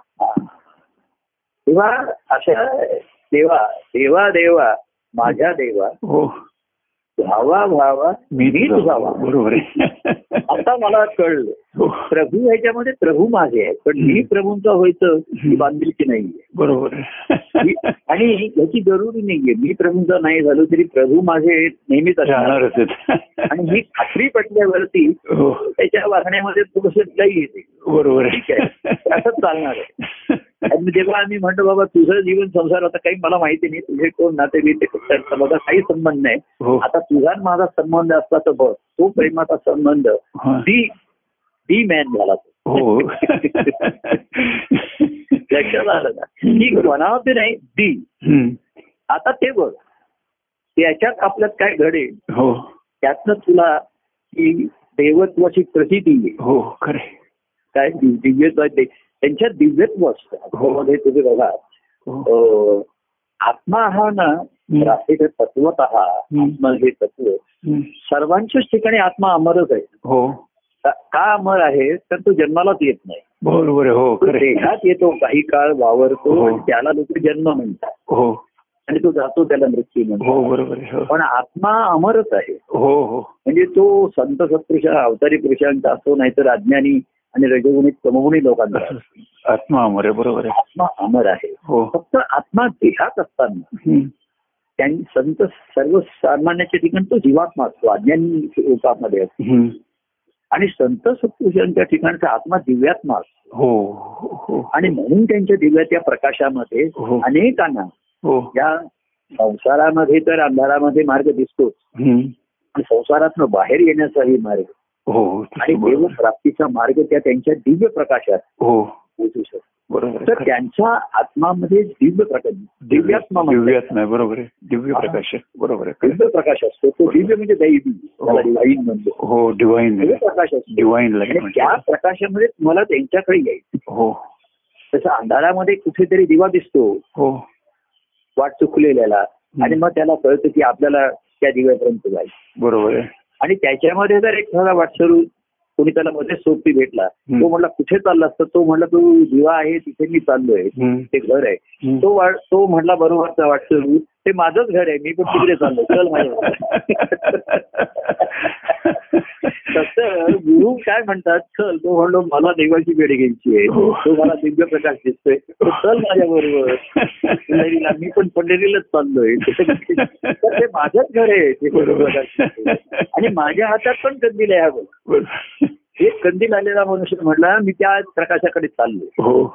तेव्हा अशा देवा देवा देवा माझ्या देवा हो भावा भावा मी तुझावा बरोबर आहे आता मला कळलं हो प्रभू ह्याच्यामध्ये प्रभू माझे आहे पण मी प्रभूंचा व्हायचं ही बांधिलकी नाहीये बरोबर आहे. मी- आणि ह्याची जरुरी नाहीये मी प्रभूंचा नाही झालो तरी प्रभू माझे नेहमीच असणार राहणारच आहेत. आणि ही खात्री पटल्यावरती हो त्याच्या वागण्यामध्ये थोडस काही येते बरोबर ठीक आहे असंच चालणार आहे आहे आणि जेव्हा आम्ही म्हणतो बाबा तुझं जीवन संसार आता काही मला माहिती नाही तुझे कोण नातेवाईक ते माझा काही संबंध नाही हो आता तुझा आणि माझा संबंध असला तर बघ तो प्रेमाचा संबंध हा. डी डी मॅन झाला तो. हो लक्षात आलं ना ही वनावती नाही डी हम्म. आता ते बघ त्याच्यात आपल्यात काय घडेल हो त्यातनं तुला ती देवत्वाची प्रसिद्धी येईल हो खरे काय दिव्य- दिव्यत्व आहे ते त्यांच्यात दिव्यत्व असतं आत्म्यामध्ये तुम्ही बघा हो अं, आत्मा हा ना राष्ट्रीय तत्वत आत्मा हे तत्व हम्म. सर्वांच्याच ठिकाणी आत्मा अमरच आहे हो का- का अमर आहे तर तो जन्मालाच येत नाही बरोबर आहे, हो तो खरे देहात येतो काही काळ वावरतो हो. आणि त्याला लोक जन्म म्हणतात हो आणि तो जातो त्याला मृत्यू हो म्हणतात बरोबर आहे, हो पण आत्मा अमरच आहे हो हो म्हणजे तो संत सत्पुरुष अवतारी पुरुषांचा असतो नाहीतर अज्ञानी आणि रजगुणी तमगुणी लोकांचा असतो. आत्मा अमर आहे बरोबर आहे आत्मा अमर आहे हो फक्त आत्मा देहात असताना हम्म. त्यांनी संत सर्वसामान्याच्या ठिकाणी तो जीवात्मा असतो अज्ञानी रूपामध्ये असतो हम्म. आणि संत सत्पुरुषांच्या ठिकाणचा आत्मा दिव्यात्मा असतो हो हो आणि म्हणून त्यांच्या दिव्याच्या प्रकाशामध्ये हो. अनेकांना हो या संसारामध्ये तर अंधारामध्ये मार्ग दिसतोच हम्म. आणि संसारातनं बाहेर येण्याचाही मार्ग हो आणि तुझं बरोबर. देवप्राप्तीचा मार्ग त्या त्यांच्या दिव्य प्रकाशात हो पोहोचू शकतो बरोबर आहे, तर खरं. त्यांच्या आत्मामध्ये दिव्य प्रकाश दिव्यात्मा म्हणतात. दिव्यात्मा आहे, बरोबर आहे दिव्य हा. प्रकाश आहे बरोबर आहे खरं. दिव्य प्रकाश असतो तो दिव्य म्हणजे दैवी त्याला हो. divine म्हणतो हो डिवाईन दिव्य प्रकाश असतो डिवाईन लाईट आणि म्हणजे त्या प्रकाशामध्ये तुम्हाला त्यांच्याकडे यायचं हो तसं अंधारामध्ये कुठेतरी दिवा दिसतो हो वाट चुकलेल्याला आणि मग त्याला कळतं की आपल्याला त्या दिव्यापर्यंत जायचं बरोबर आहे आणि त्याच्यामध्ये जर एखादा वाटसरू कोणी त्याला मध्ये सोबती भेटला हम्म. तो म्हणला कुठे चालला असतं तो म्हणला तो दिवा आहे तिथे मी चाललोय हम्म. ते घर आहे हम्म. तो वा- तो म्हणला बरोबरचा वाटसरू ते माझंच घर आहे मी पण तिकडे चाललो चल माझ्या तसं गुरु काय म्हणतात चल तो म्हणलो मला देवाची भेट घ्यायची आहे हो. तो मला दिव्य प्रकाश दिसतोय तो चल माझ्या बरोबर पंढरीला मी पण पंढरीलाच चाललोय तर ते माझंच घर आहे ते बरोबर. बरोबर आणि माझ्या हातात पण कंदील आहे हा बघ. बरोबर. एक कंदील आलेला मनुष्य म्हटला मी त्या प्रकाशाकडे चाललोय हो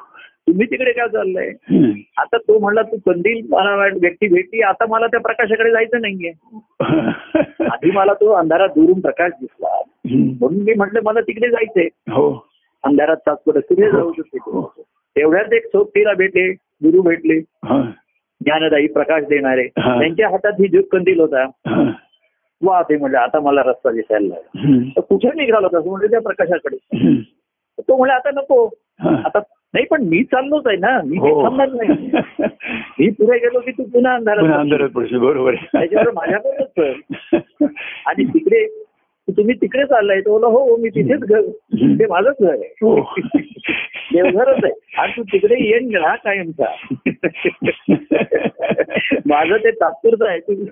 तुम्ही तिकडे काय चाललंय हम्म. आता तो म्हणला तू कंदील मला वाट- व्यक्ती भेटली आता मला त्या प्रकाशाकडे जायचं नाहीये आधी मला तो अंधारात दुरून प्रकाश दिसला हम्म. म्हणून मी म्हटलं मला तिकडे जायचंय हो अंधारात तात्पर्य तिकडे जाऊ शकते हो. तेवढ्यात एक सोबतीला भेटले गुरु भेटले हा. ज्ञानदायी प्रकाश देणारे हा. त्यांच्या हातात ही जग कंदील होता हा. वा ते म्हणलं आता मला रस्ता दिसायला लागला हम्म. तर कुठे निघाला होता म्हणजे त्या प्रकाशाकडे हम्म. तो म्हणला आता नको हा. आता नाही पण मी चाललोच आहे ना मी काही हो. थांबणार नाही मी पुढे गेलो की तू पुन्हा पुन्हा अंधारात अंधारात पडशील बरोबर आहे. त्याच्यावर माझ्याकडेच चल. आणि तिकडे तुम्ही तिकडे चाललाय तो बोला हो मी तिथेच घर ते माझंच घर आहे हो. देवघरच आहे आणि तू तिकडे येण राहा कायमचा माझं ते तात्पुरतं आहे तू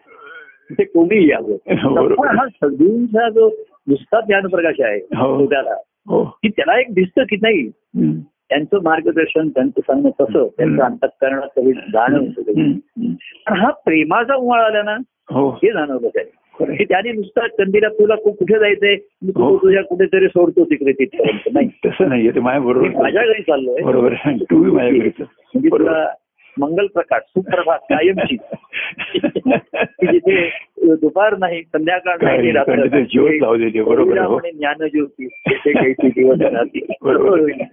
ते कोणी यावं बरोबर. पण हा सगळींचा जो नुसता ज्ञानप्रकाश आहे हो. तो त्याला हो की त्याला एक दिसतं की नाही हम्म. त्यांचं मार्गदर्शन त्यांचं सांगणं तसं त्यांचं अंतःकरणात सगळी जाणं सगळं. हम्म. हम्म. पण हा प्रेमाचा उमाळ आला ना हो हे जाणवलं त्याने की त्याने नुसता कंदीला तुला कु- कुठे जायचंय मी तुला हो. तुझ्या कुठेतरी सोडतो तिकडे तिथपर्यंत नाही तसं नाहीये ते माझ्या मी बरोबर माझ्या घरी चाललोय बरोबर आहे. तू बी माझ्या घरी चल. म्हणजे बरोबर. तुला मंगल प्रकाश सुप्रभात कायमची की जिथे दुपार नाही संध्याकाळ नाही काय रात्र कारण ते नाही. ज्योत लावलेली आहे. बरोबर आहे, हो. म्हणे ज्ञानज्योती तेथे घ्यायची दिवस रात्री. बरोबर बरोबर.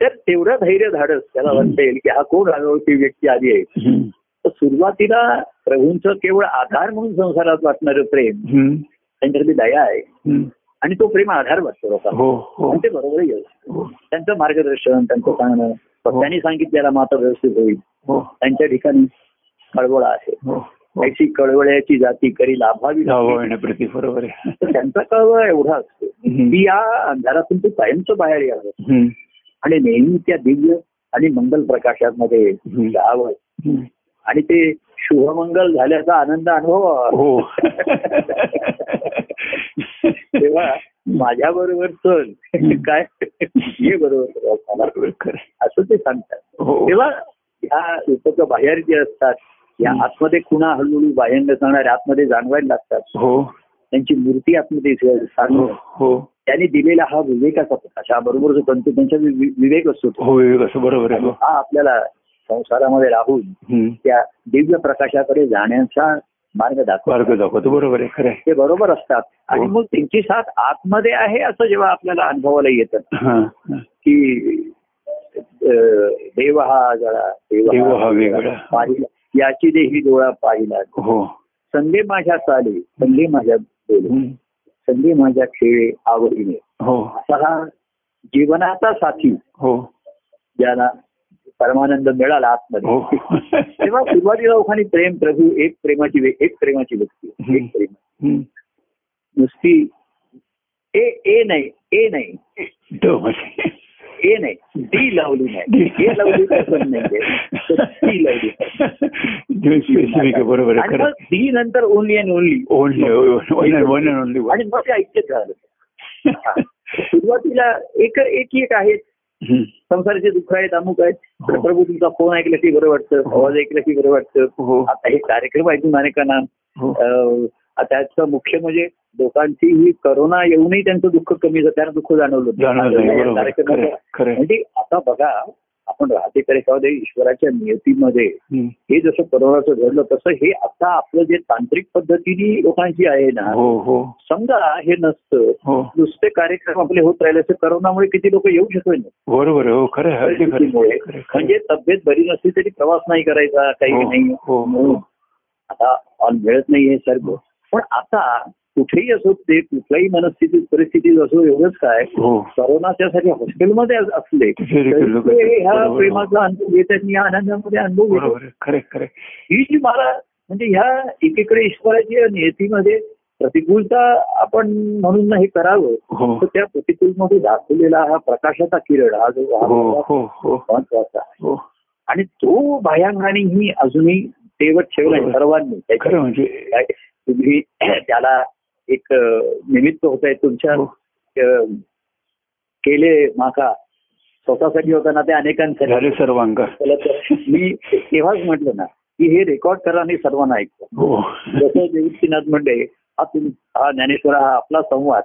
तर तेवढं धैर्य धाडस त्याला म्हणता येईल की हा कोण अनोळखी व्यक्ती आली आहे हम्म. तर सुरुवातीला प्रभूंचं केवळ आधार म्हणून संसारात वाटणारं प्रेम हम्म. त्यांच्याकडे दया आहे हम्म. आणि तो प्रेम आधार वाटतो लोकांना हो हो आणि ते बरोबरही आहे. हो त्यांचं मार्गदर्शन त्यांचं सांगणं त्यांनी सांगितलेला माता व्यवस्थित होईल हो त्यांच्या ठिकाणी कळवळ आहे हो हो. त्याची कळवळ्याची जाती करी लाभावी लावा येण्याप्रती बरोबर आहे तर त्यांचा कळवळ एवढा असतो हम्म. की या अंधारातून ते कायमचं बाहेर यावं हम्म. आणि नेहमी त्या दिव्य आणि मंगल प्रकाशामध्ये हम्म. जावं हम्म. आणि ते शुभमंगल झाल्याचा आनंद अनुभव हो तेव्हा माझ्या बरोबर चल हम्म. काय ये बरोबर प्रवास मला. बरोबर, खरं आहे. असं ते सांगतात हो तेव्हा या उपक बाहेर जे असतात या हम्म. आतमध्ये खुणा हळूहळू बाहेर जाणारे आतमध्ये जाणवायला लागतात हो त्यांची मूर्ती आतमध्ये दिसायला हो सांगणं हो त्यांनी दिलेला हा विवेकाचा प्रकाश हा बरोबर जो त्यांचा त्यांचा वि- वि- विवेक असतो तो. हो विवेक असं बरोबर आहे हो हा आपल्याला संसारामध्ये राहून हम्म. त्या दिव्य प्रकाशाकडे जाण्याचा मार्ग दाखवा मार्ग दाखवतो बरोबर आहे खरं ते बरोबर असतात आणि हो. मग त्यांची साथ आतमध्ये आहे असं जेव्हा आपल्याला अनुभवाला येतं आहे हा हा. की अं, देव हा जळा देव हा वेगळा. पाहिला याची देही डोळा पाहिला हो संधी माझ्या चाले संधी माझ्या बोले हम्म. संधी माझ्या खेळ आवडीने हो असा हा जीवनाचा साथी हो ज्याला परमानंद मिळाला आतमध्ये हो तेव्हा सुरुवातीला लोकांनी प्रेम प्रभू एक प्रेमाची व्य- एक प्रेमाची व्यक्ती एक हम्म. प्रेम हम्म. नुसती ए ए नाही ए नाही ड म्हणजे. ए नाही डी लावली नाही ए लावली तर पण नाही तर डी लावली दिवस स्पेसिफिक आहे बरोबर आहे आणि खरं मग डी नंतर only and only only one and one and only आणि मग ते ऐक्यच झालं सुरुवातीला एक एक एक आहेत संसाराचे दुःख आहेत अमुक आहेत हो. तर प्रभू तुमचा फोन ऐकला की बरं वाटतं हो. आवाज ऐकला की बरं वाटतं हो आता हे कार्यक्रम ऐकून अनेकांना हो अं, आता त्याचं मुख्य म्हणजे लोकांची ही करोना येऊनही त्यांचं दुःख कमी झालं त्यांना दुःख जाणवलं जाणवलं नाही, या बरोबर. कार्यक्रमाचं- खरं, खरं. म्हणजे आता बघा आपण राहते कार्यक्रमामध्ये ईश्वराच्या नियतीमध्ये हम्म. हे जसं करोनाचं घडलं तसं हे आता आपलं जे तांत्रिक पद्धतीने लोकांची आहे ना हो हो समजा हे नसतं हो नुसते कार्यक्रम आपले होत राहिले असते करोनामुळे किती लोक येऊ शकले नाही बरोबर आहे, हो खरं आहे, अगदी खरं आहे. परिस्थितीमुळे. खरं आहे, खरं आहे. म्हणजे तब्येत बरी नसली तरी प्रवास नाही करायचा काही हो, नाही हो, म्हणून आता ऑन मिळत नाही हे सर्व पण आता कुठेही असो ते कुठल्याही मनस्थितीत परिस्थितीत असो एवढंच काय हो करोनाच्यासाठी हॉस्टेलमध्ये आज असले तिथे देखील तरी लोकं- ते ह्या म्हणजे बरोबर, हो. प्रेमाचा अनुभव घेतात आणि या आनंदामध्ये अनुभव घेतात बरोबर आहे, खरं आहे, खरं आहे. ही जी मला म्हणजे ह्या एकीकडे ईश्वराची या नियतीमध्ये प्रतिकूलता आपण म्हणून हे करावं हो तर त्या प्रतिकूलमध्ये दाखवलेला हा प्रकाशाचा किरण हा जो हा हो महत्वाचा हो हो आहे हो आणि तो भायांगाने ही अजूनही तेवत ठेवलाय बरोबर. सर्वांनी त्याच्यात खरं म्हणजे काय तुम्ही त्याला एक अं, निमित्त होत आहे तुमच्या हो. अं, केले माका स्वतःसाठी होताना ते अनेकांसाठी झाले सर्वांग त्याला तर मी तेव्हाच म्हटलं ना की हे रेकॉर्ड करा आणि सर्वांना ऐकतो हो जसं देवीनाथ म्हणले हा तुम हा ज्ञानेश्वर हा आपला संवाद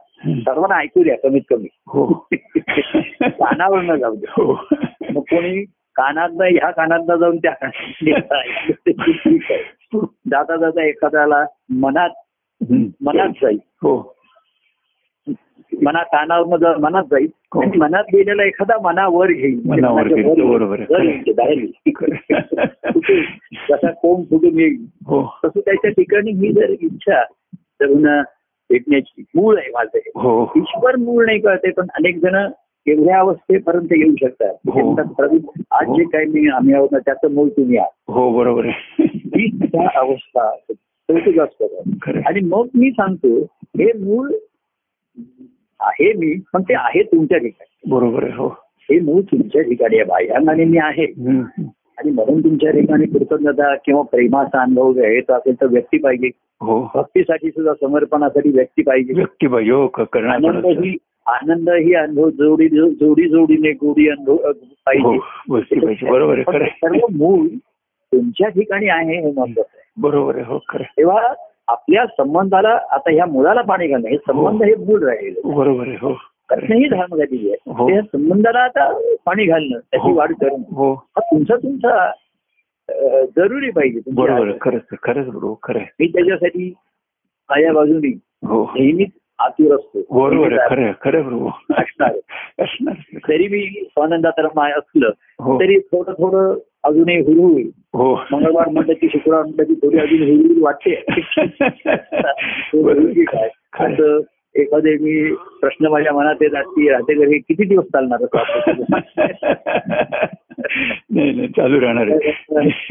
सर्वांना ऐकू द्या कमीत कमी हो कानावर न जाऊ द्या हो मग कोणी कानातनं ह्या कानातनं जाऊन त्या कानात ऐकलं ते ठीक आहे. जाता जाता एखाद्याला मनात हम्म. मनात जाईल हो मना कानावर जा- मनात जाईल हो. आणि मनात गेलेला एखादा मनावर घेईल म्हणजे मनावर मनाच्या घेईल, वर येईल. बरोबर आहे. वर येईल, बाहेर येईल. खरं. कुठे जसा कोण फुटून येईल हो तसं त्याच्या ठिकाणी ही जर इच्छा तरुण भेटण्याची मूळ आहे माझं हे. हो ईश्वर मूळ नाही कळते पण अनेक जण एवढ्या अवस्थेपर्यंत येऊ शकतात हो. ते म्हणतात, प्रभू, आज जे काही मी आम्ही आहोत ना त्याचं मूळ तुम्ही आहात हो बरोबर आहे ही सुद्धा अवस्था कौतुक खरं. असतं आणि मग मी सांगतो हे मूळ आहे मी पण ते आहे तुमच्या ठिकाणी बरोबर आहे हो हे मूळ तुमच्या ठिकाणी आहे बाह्यांगाने मी आहे हम्म. आणि म्हणून तुमच्या ठिकाणी कृतज्ञता किंवा प्रेमाचा अनुभव घ्यायचा असेल तर व्यक्ती पाहिजे हो भक्तीसाठी सुद्धा समर्पणासाठी व्यक्ती पाहिजे व्यक्ती पाहिजे हो आनंद करणार ही आनंद ही अनुभव जोडी जोडी जोडीने गोडी अनुभव अ, हो, पाहिजे गोष्टी पाहिजे बरोबर आहे खरं पण आहे. सर्व मूळ तुमच्या ठिकाणी आहे हे महत्वाचं आहे बरोबर आहे हो खरं आहे. तेव्हा आपल्या संबंधाला आता ह्या मुलाला पाणी घालणं हे संबंध हो. हे मूळ राहील बरोबर आहे हो खरं आहे. कथनही धर्मगती आहे हो. त्या संबंधाला आता पाणी घालणं त्याची हो. वाढ करणं हो हा तुमचा तुमचा अ, जरुरी पाहिजे तुमची बरोबर आहे आदत. खरंच आहे, खरंच बरोबर खरं आहे मी त्याच्यासाठी माझ्या बाजूनी हो नेहमीच आतुर असतो बरोबर आहे नेहमीच खरं आहे, खरं आहे, बरोबर असणार असणार आहे. जरी मी स्वानंदात रमाय असलं हो तरी थोडं थोडं अजूनही हुरहुर हो मंगळवार म्हणलं की शुक्रवार म्हणलं की थोडी अजून हुरहुर वाटते बरोबर. काय खरं आहे. असं एखादे मी प्रश्न माझ्या मनात येत असतील राहतेकर हे किती दिवस चालणार असं आपलं? नाही नाही चालू राहणार आहे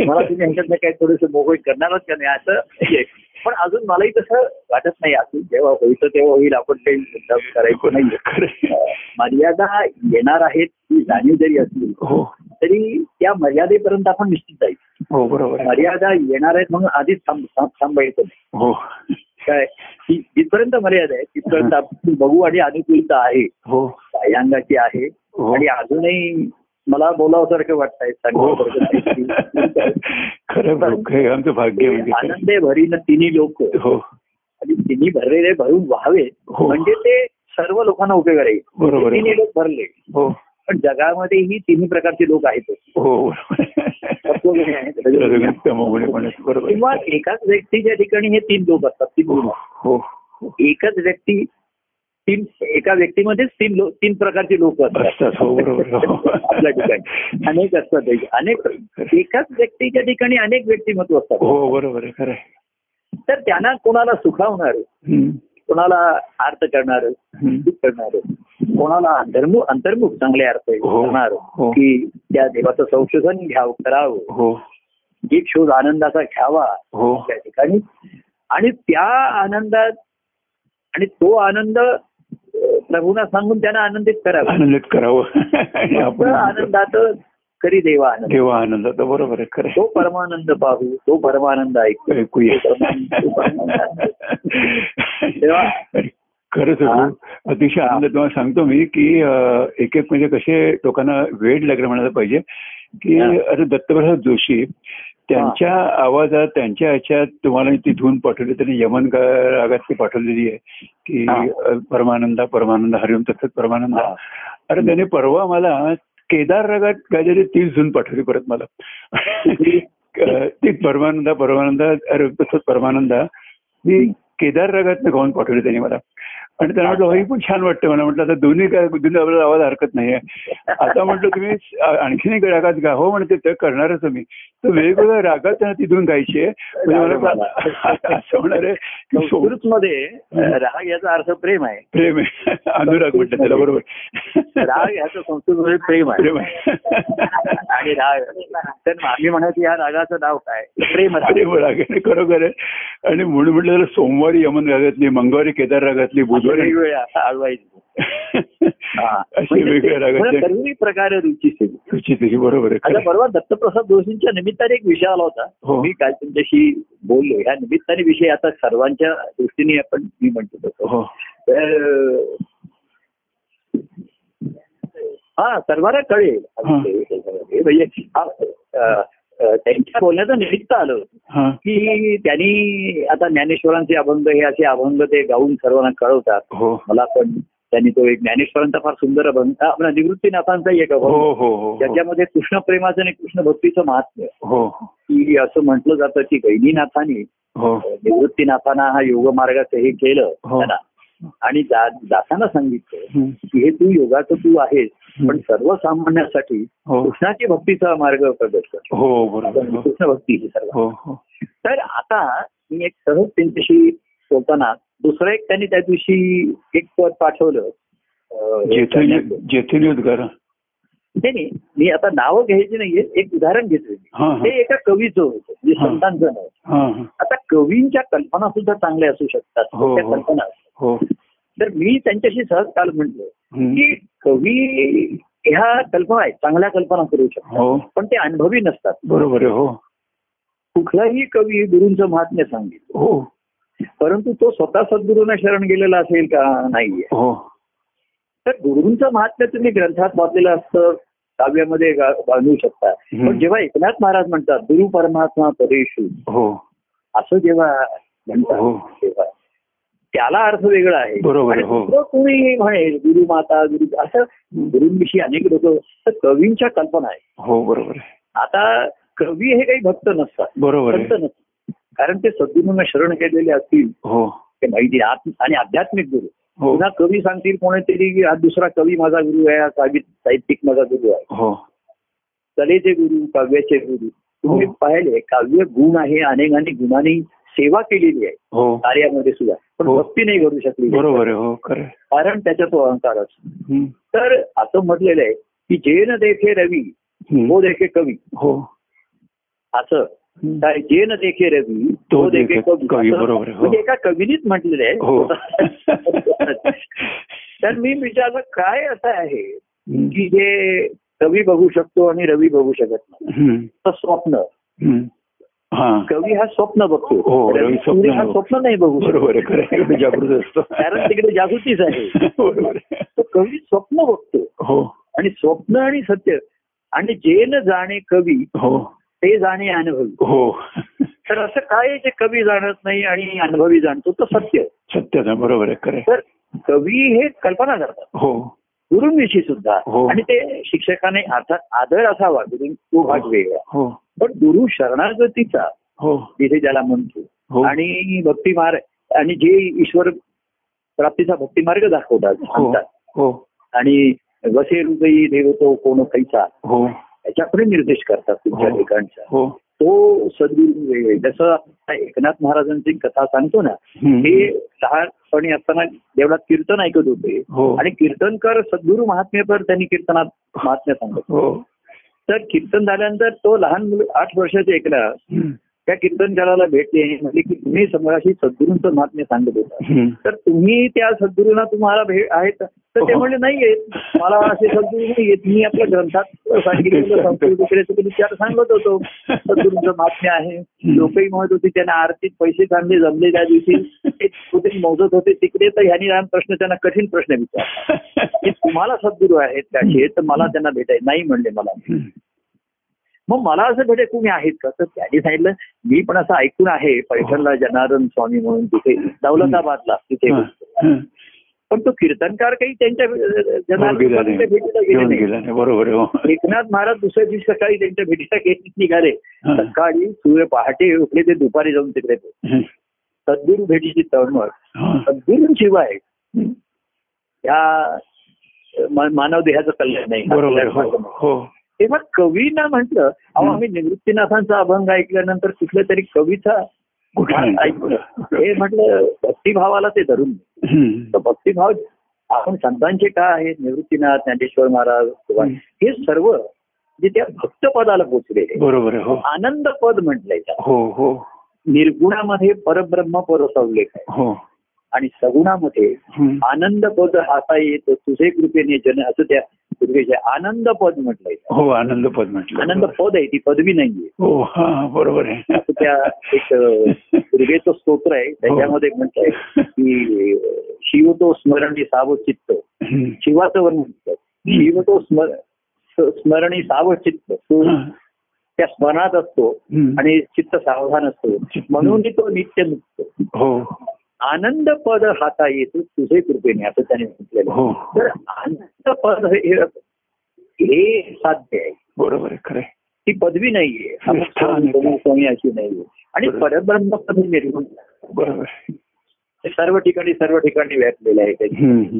मला तुम्ही ह्याच्यातनं काय थोडस मोकळी करणारच का नाही असं हे. पण अजून मलाही तसं वाटत नाही अजून जेव्हा होईल तर तेव्हा होईल आपण काही मुद्दाम करायचं नाही खरं आहे. मर्यादा येणार आहेत ही जाणीव जरी असली हो तरी त्या मर्यादेपर्यंत आपण निश्चित जायचं हो बरोबर आहे. मर्यादा येणार आहेत म्हणून आधीच थांब थांब- थांबायचं नाही. हो काय ती- जिथपर्यंत मर्यादा आहे तिथपर्यंत आपण बघू आणि अनुकूलता आहे हो बाह्यांगाची आहे हो. आणि अजूनही मला बोलावसारखं वाटतंय हो सांगावसारखं नाही. खरं बरोबर आहे. आमचं भाग्य म्हणजे खरं. आनंदे भरीन तिन्ही लोक हो आणि तिन्ही भरलेले भरून व्हावे हो. म्हणजे ते सर्व लोकांना उपयोगाला येईल बरोबर आहे. तिन्ही लोक भरले हो पण जगामध्ये ही तिन्ही प्रकारचे लोक आहेत हो बरोबर तत्वज्ञानी आहेत. आहे. तमोगुणी पण आहे. बरोबर किंवा आहे. एकाच व्यक्तीच्या ठिकाणी हे तीन लोक असतात तीन हो गुण असतात. हो एकच व्यक्ती तीन एका व्यक्तीमध्येच तीन लोक तीन प्रकारचे लोक असतात, हो, बरोबर, हो. आपल्या ठिकाणी अनेक असतात त्याचे. अनेक एकाच व्यक्तीच्या ठिकाणी अनेक व्यक्तिमत्व असतात हो बरोबर आहे खरं आहे. तर त्यांना कोणाला सुखावणार हम्म. कोणाला आर्त करणार हम्म. करणार कोणाला अंतर्मुख अंतर्मुख चांगले अर्थ हो, करणार हो. की त्या देवाचं संशोधन घ्यावं करावं हो एक शोध आनंदाचा घ्यावा हो त्या ठिकाणी आणि त्या आनंदात आणि तो आनंद अ, प्रभूंना सांगून त्यांना आनंदित करावा आनंदित करावं आणि फक्त आपण आनंदात करी देवा आनंद देवा आनंदाचा बरोबर आहे खरं आहे. तो परमानंद पाहू तो परमानंद ऐकू ऐकूया तेव्हा खरंच आहे हा. भाऊ. अतिशय आनंद तुम्हाला सांगतो मी की एक एक म्हणजे कसे लोकांना वेळ लागला म्हणायला पाहिजे की हा. अरे दत्तप्रसाद जोशी त्यांच्या आवाजात त्यांच्या ह्याच्यात तुम्हाला ती धून पाठवली त्यांनी यमन गा- रागात ती पाठवलेली आहे की हा. अ, परमानंदा परमानंद हरिओम तसंच परमानंदा हा. अरे त्याने परवा मला केदार रागात गाजरी ती झून पाठवली परत मला अ, ती परमानंदा परमानंदा अरे तसंच परमानंदा मी केदार रागातनं गाऊन पाठवली त्यांनी मला आणि त्यांना म्हटलं हे पण छान वाटतं मला म्हटलं आता दोन्ही काय दोन्ही आपल्याला आवाज हरकत नाही आता म्हटलं तुम्ही आ- आणखीन एक रागात गा हो म्हणते तर करणारच मी तर वेगवेगळ्या रागात त्यांना तिथून गायची आहे म्हणजे मला असं होणार आहे की सो- संस्कृत मध्ये राग याचा अर्थ प्रेम आहे प्रेम आहे अनुराग म्हटलं त्याला बरोबर राग याचा संस्कृत मध्ये प्रेम आहे प्रेम आहे आणि राग तर आम्ही म्हणायचं या रागाचं नाव काय प्रेम राग. अरे बरं आहे. खरोखर आहे आणि म्हणून म्हटलं त्याला सोमवारी यमन रागातली मंगळवारी केदार रागातली असं बुधवारी वेगवेगळ्या अडवायचं हा. अशी म्हणजे वेगळ्या ते- खरं रागातल्या सर्व प्रकारे रुची सेवी तुझी तुझी बरोबर आहे आता खरं. परवा दत्तप्रसाद जोशींच्या निमित्ताने एक विषय आला हो. होता मी काल तुमच्याशी बोललो ह्या निमित्ताने विषय आता सर्वांच्या दृष्टीने आपण मी म्हणतो तसं हो तर, हा सर्वांना कळेल हा विषय त्याच्यामध्ये. म्हणजे हा, अ, अ, त्यांच्या बोलण्याचं निमित्त आलं होतं हा की त्यांनी आता ज्ञानेश्वरांचे अभंग हे असे अभंग ते गाऊन सर्वांना कळवतात हो मला पण त्यांनी तो एक ज्ञानेश्वरांचा फार सुंदर अभंग हा, आपला निवृत्तीनाथांचा एक हो अभंग हो हो हो त्याच्यामध्ये कृष्ण प्रेमाचं आणि कृष्ण भक्तीचं महात्म्य हो की असं म्हटलं जातं की गैनीनाथाने हो निवृत्तीनाथांना हा योग मार्गाचं हे केलं हो. त्यांना आणि जा- जाताना सांगितलं हम्म. की हे तू योगाचं तू आहेस पण हम्म. सर्वसामान्यांसाठी हो कृष्णाची भक्तीचा मार्ग प्रगट कर हो बरोबर आपण हो. कृष्ण भक्ती ही सर्व हो हो तर आता मी एक सहज त्यांच्याशी बोलताना दुसरं एक त्यांनी त्या दिवशी एक पद पाठवलं अं, हे जेथून करण्याचं. जेथून युद्ध करा नाही नाही, मी आता नावं घ्यायची नाहीये एक उदाहरण घेतलं मी. हा हा ते एका कवीचं होतं म्हणजे हा. संतांचं नाव हा हा. आता कवींच्या कल्पना सुद्धा चांगल्या असू शकतात हो, त्या हो. कल्पना हो तर मी त्यांच्याशी सहज काल म्हटलं हम्म. की कवी ह्या कल्पना आहेत चांगल्या कल्पना करू शकतात हो पण ते अनुभवी नसतात बरोबर आहे हो कुठलाही कवी गुरूंचं महात्म्य सांगेल हो परंतु तो स्वतः सद्गुरूंना शरण गेलेला असेल का नाहीये हो तर गुरुंचं महात्म्य तुम्ही ग्रंथात वाचलेलं असतं काव्यामध्ये गा- बांधू शकता हम्म. पण जेव्हा एकनाथ महाराज म्हणतात गुरु परमात्मा परेशू हो असं जेव्हा हो. म्हणतात तेव्हा त्याला अर्थ वेगळा आहे बरोबर, आणि हो. दुसरं कोणी म्हणेल गुरु माता गुरु असं गुरुंविषयी अनेक लोक तर कवींच्या कल्पना आहेत हो बरोबर आहे आता कवी हे काही भक्त नसतात बरोबर संत आहे नसतात कारण ते सद्गुरूंना शरण केलेले असतील हो ते माहिती आहे. आत- आणि आध्यात्मिक गुरु हो पुन्हा कवी सांगतील कोणीतरी की हा दुसरा कवी माझा गुरु आहे हा साहित साहित्यिक माझा गुरु आहे हो कलेचे गुरु काव्याचे गुरु तुम्ही हो. पाहिले काव्य गुण आहे अनेकांनी गुणांनी सेवा केलेली आहे हो कार्यामध्ये सुद्धा पण हो. भक्ती नाही करू शकली बरोबर आहे हो खरं आहे. कारण त्याचा तो अहंकार असतो हम्म, तर असं म्हटलेलं आहे की जे न देखे रवी हम्म. तो देखे कवी हो असं हम्म. काय जे न देखे रवी तो देखे कवी, असं बरोबर आहे, हो. म्हणजे एका कवीनीच म्हटलेलं आहे हो तर मी विचारलं काय असं आहे हम्म, की जे कवी बघू शकतो आणि रवी बघू शकत नाही हम्म, तर स्वप्न हम्म. हा कवी हा स्वप्न हो, बघतो रवी रवी स्वप्न सूर्य हा बघतो. स्वप्न नाही बघू शकत बरोबर आहे खरं आहे. इकडे जागृत असतो कारण तिकडे जागृतीच आहे बरोबर आहे. तो कवी स्वप्न बघतो हो आणि स्वप्न आणि सत्य आणि जे न जाणे कवी हो ते जाणे अनुभवी हो तर असं काय आहे जे कवी जाणत नाही आणि अनुभवी जाणतो तो सत्य सत्यच आहे, बरोबर आहे खरं आहे. तर कवी हे कल्पना करतात हो गुरुंविषयी सुद्धा हो. आणि ते शिक्षकाने अर्थात आदर असावा गुरु तो भाग वेगळा हो पण गुरु शरणागतीचा हो तिथे ज्याला म्हणतो हो आणि भक्ती मार्ग आणि जे ईश्वर प्राप्तीचा भक्ती मार्ग दाखवतात हो सांगतात हो आणि वसे हृदयी देवतो कोण कैसा हो याच्याकडे निर्देश करतात तुमच्या हो. ठिकाणचा हो तो सद्गुरू वेगळे जसं आता एकनाथ महाराजांची कथा सांगतो ना हे हम्म. लहानपणी असताना देवळात कीर्तन ऐकत होते हो आणि कीर्तनकार सद्गुरू महात्म्यपर त्यांनी कीर्तनात महात्म्य सांगत हो तर कीर्तन झाल्यानंतर तो लहान मुलं आठ वर्षाचे एकला हम्म. त्या कीर्तनकाराला भेटले आणि म्हटले की तुम्ही समोराशी सद्गुरूंचं महात्म्य सांगत होता हम्म. तर तुम्ही त्या सद्गुरूंना तुम्हाला भेट आहेत तर ते हो. म्हणले नाही येत मला असे सद्गुरू नाही येत मी आपल्या ग्रंथात सांगितलेलं संस्कृत वगैरे सगळे विचार सांगत होतो सद्गुरूंचं महात्म्य आहे लोकही म्हणत होती त्यांना आर्थिक पैसे चांगले जमले त्या दिवशी ते कुठे मोजत होते तिकडे तर ह्यांनी लहान प्रश्न त्यांना कठीण प्रश्न विचारला की तुम्हाला सद्गुरू आहेत का हे तर मला त्यांना भेटाय नाही म्हणले मला मग मला असं भेटे तुम्ही आहेत का तर त्यांनी सांगितलं मी पण असं ऐकून आहे पैठणला जनार्दन स्वामी म्हणून तिथे दौलताबादला तिथे हं, हं. पण तो कीर्तनकार काही त्यांच्या अं, हो, जनार्दन गेला नाही. स्वामीच्या भेटीला गेले घेऊन नाही गेला नाही बरोबर आहे हो एकनाथ महाराज दुसऱ्या दिवशी सकाळी त्यांच्या भेटीला गेले निघाले हं. सकाळी सूर्य पहाटे उठले ते दुपारी जाऊन तिकडे ते. हं. सद्गुरू भेटीची तळमळ हं. सद्गुरूंशिवाय या म- मानव देहाचं कल्याण नाही बरोबर आहे, हो हो तेव्हा कवीना म्हटलं अहो हं. आम्ही निवृत्तीनाथांचा अभंग ऐकल्यानंतर कुठल्या तरी कविता कुठे नाही. ऐकलं हे म्हटलं भक्तिभावाला ते धरून हं. तर भक्तिभाव आपण संतांचे का आहेत निवृत्तीनाथ ज्ञानेश्वर महाराज किंवा हं. हे सर्व जे त्या भक्त पदाला पोचलेले बरोबर आहे, हो आनंद पद म्हटलंय त्याला. हो हो निर्गुणामध्ये परब्रह्म पद उल्लेख आहे हो आणि सगुणामध्ये हं. आनंद पद हाता येतो तुझे कृपेने जन असं त्या दुर्गेचे आनंद पद म्हटलंय त्याला. हो आनंदपद म्हटलं आनंद पद आहे ती पदवी नाहीये हो हा बरोबर आहे असं त्या एक अ, दुर्गेचं स्तोत्र आहे त्याच्यामध्ये म्हणत आहे की अ, शिव तो स्मरणी साव चित्त हं. शिवाचं वर्णन म्हणतात शिव तो स्मर स- स्मरणी साव चित्त तो हं. त्या स्मरणात असतो हं. आणि चित्त सावधान असतो म्हणून तो नित्य मुक्त हो आनंद पद हाता येतो तुझे कृपेने असं त्याने म्हटलेलं आहे. हो तर आनंद पद हे हे साध्य आहे बरोबर आहे खरं आहे. ती पदवी नाहीये स्थान आहे. स्वामी, प्रभू स्वामी अशी नाहीये आणि परब्रह्म पद हे निर्गुण आहे. बरोबर आहे. ते सर्व ठिकाणी सर्व ठिकाणी व्यापलेलं आहे ते. हं, हं.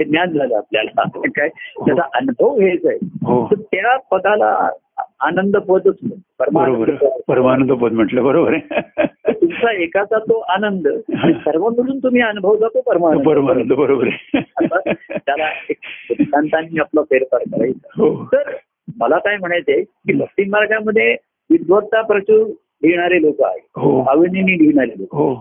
हे ज्ञान झालं आपल्याला काय त्याचा अनुभव हेच आहे हो तर त्या पदाला आनंद पदच म्हणतो. बरोबर परमानंद आहे. पद. परमानंदपद म्हटलं बरोबर आहे तुमचा एकाचा तो आनंद आणि सर्व मिळून तुम्ही अनुभवता तो परमानंद परमानंद बरोबर आता आहे त्याला एक सिद्धांतांनी आपला फेरफार करायचा हो तर मला काय म्हणायचंय की भक्ती मार्गामध्ये विद्वत्ता प्रचूर लिहिणारे लोक आहेत हो भावनेने लिहिणारे लोक हो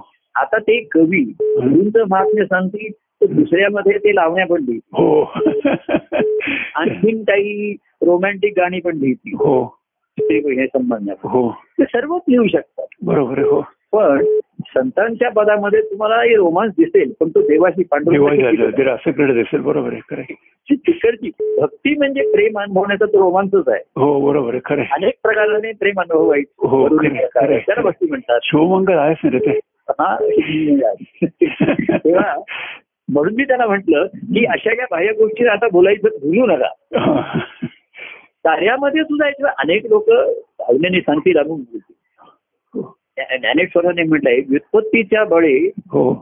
आता ते कवी गुरूंचं महात्म्य सांगतील तर दुसऱ्यामध्ये ते लावण्या पण लिहितील हो आणखीन काही रोमॅन्टिक गाणी पण लिहितील हो ते हे संबंधात हो ते सर्वच लिहू शकतात बरोबर आहे, हो पण संतांच्या पदामध्ये तुम्हाला हे रोमांस दिसेल पण तो देवाशी देवा झालं पांडुरंगाशी ते रासकडे दिसेल बरोबर आहे खरं आहे. जी तिकडची भक्ती म्हणजे प्रेम अनुभवण्याचा तो रोमांचच आहे हो बरोबर आहे खरं आहे. अनेक प्रकाराने प्रेम अनुभवायचं हो, वरून खरं आहे, प्रकार आहे. खरं आहे. त्याला भक्ती म्हणतात शिवमंगल आहेच ना रे ते हा तेव्हा म्हणून मी त्यांना म्हटलं की अशा या बाह्य गोष्टी आता बोलायचं भुलू नका कार्यामध्ये सुद्धा याच्यावर अनेक लोक भावनेने सांगतील लागून बोलतील ज्ञानेश्वराने म्हटलंय व्युत्पत्तीच्या बळी हो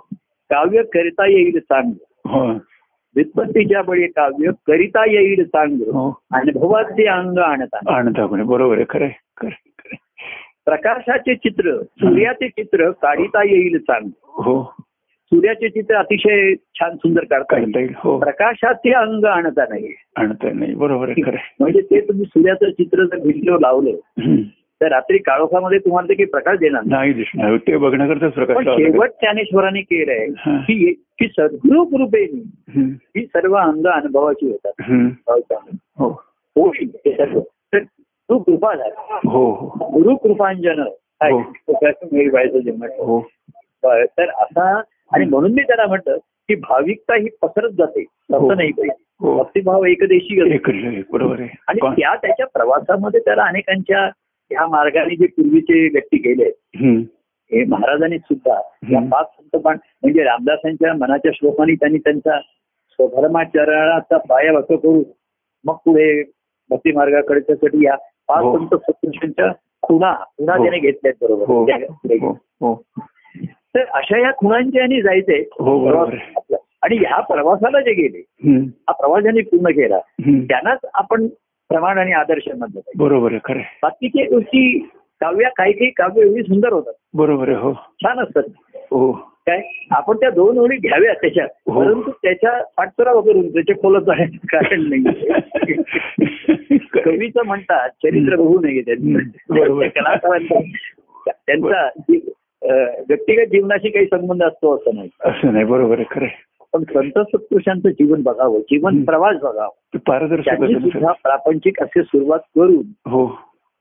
काव्य करता येईल चांग हो व्युत्पत्तीच्या बळी काव्य करिता येईल चांग हो अनुभवाचे अंग आणता आणता कोणी बरोबर आहे खरं आहे, खरं आहे, खरं आहे. प्रकाशाचे चित्र सूर्याचे चित्र काढिता येईल चांग हो सूर्याचे चित्र अतिशय छान सुंदर काढता येईल काढता येईल हो प्रकाशाचे अंग आणता नाही आणता नाही बरोबर आहे खरं आहे. म्हणजे ते तुम्ही सूर्याचं चित्र जर व्हिडिओ लावलं हम्म. तर रात्री काळोखामध्ये तुम्हाला ते काही प्रकाश देणार नाही नाही दिसणार ते बघण्याकरताच पण प्रकाश लावावा लागेल. शेवट ज्ञानेश्वराने केलंय हा. की की सद्गुरु कृपेने हम्म. ही सर्व अंग अनुभवाची होतात हम्म. भावता. हो होईल हे सर्व तर तू कृपा झाला हो हो गुरु कृपांजन काय हो. प्रकाश मिळेल व्हायचं जे म्हटलं हो बरं, तर असा आणि म्हणून मी त्याला म्हटलं की भाविकता ही पसरत जाते हो. तसं नाही पाहिजे हो. भक्तिभाव एकदेशी असतो. एकच आहे, बरोबर आहे आणि कोण? त्या त्याच्या प्रवासामध्ये त्याला अनेकांच्या ह्या मार्गाने जे पूर्वीचे व्यक्ती गेले हम्म. हे महाराजांनी सुद्धा या पाच संतपान म्हणजे रामदासांच्या मनाच्या श्लोकांनी त्यांनी त्यांचा स्वधर्माचरणाचा पाया वाक करून मग पुढे भक्ती मार्गाकडे त्यासाठी या पाच हो. संत सत्पुरुषांच्या खुणा खुणा हो. त्याने घेतल्यात हो बरोबर म्हणजे हो हो तर अशा या खुणांची आणि जायचंय हो, बरोबर आहे. प्रवास आपला. आणि ह्या प्रवासाला जे गेले हम्म. हा प्रवास ज्यांनी पूर्ण केला हम्म. त्यांनाच आपण प्रमाण आणि आदर्श म्हणतो बरोबर आहे खरं आहे. बाकीच्या गोष्टी काव्या काही काही काव्य एवढी सुंदर होतात बरोबर आहे हो छान असतात हो काय आपण त्या दोन ओळी घ्याव्या त्याच्यात हो. परंतु त्याच्या पाठपुरावा करून त्याच्या खोलत जाण्याचं कारण नाही कवीचं म्हणतात चरित्र हम्म. बघू नये हम्म. बरोबर. त्यांचं कलाकारांचा त्यांचा जी- अं, व्यक्तिगत जीवनाशी काही संबंध असतो असं नाही असं नाही बरोबर आहे खरं आहे. पण संत सत्पुरुषांचं जीवन बघावं जीवन हम्म. प्रवास बघावा ते पारदर्शक त्यांनी असेल सुद्धा प्रापंचिक असे सुरुवात करून हो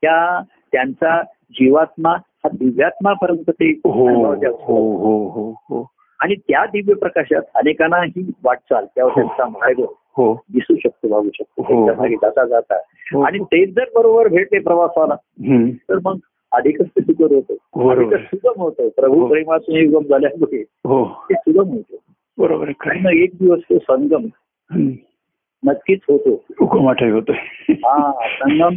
त्या त्यांचा जीवात्मा हा दिव्यात्मापर्यंत ते हो अनुभवायचे असतात. हो हो हो हो आणि त्या दिव्य प्रकाशात अनेकांना ही वाटचाल त्यावर हो. त्यांचा मार्ग हो दिसू शकतो बघू शकतो हो. त्यांच्या मागे जाता जाता हो. आणि ते जर बरोबर भेटले प्रवासाला हम्म. तर मग अधिकच ते सुकर होतं बरोबर. अधिकच सुगम होतं प्रभू हो. प्रेमातून युगम झाल्यामुळे हो ते सुगम होतं बरोबर आहे आणि खरं आहे. मग एक दिवस तो संगम हम्म. नक्कीच होतो हुकुमाठाई होतोय हा संगम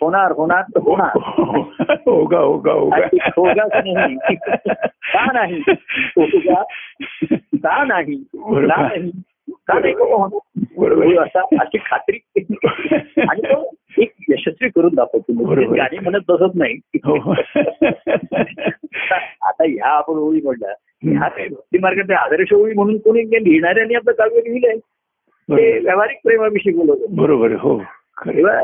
होणार होणार तर होणार होगा होगा होगा आणि होगा का नाही? का नाही? हो. होगा. का नाही का नाही का नाही बाबा होणार? बरोबर. प्रभू असा अशी खात्री आणि तो एक यशस्वी करून दाखवतो म्हणजे बरोबर. गाणी म्हणत बसत नाही हो आता ह्या आपण ओळी म्हणल्या ह्या काही भक्ती मार्गाचे आदर्श ओळी म्हणून कोणी काही लिहिणाऱ्यांनी आपलं काव्य लिहिलंय ते बरोबर. व्यावहारिक प्रेमाविषयी बोलत होते. बरोबर आहे, हो खरे तेव्हा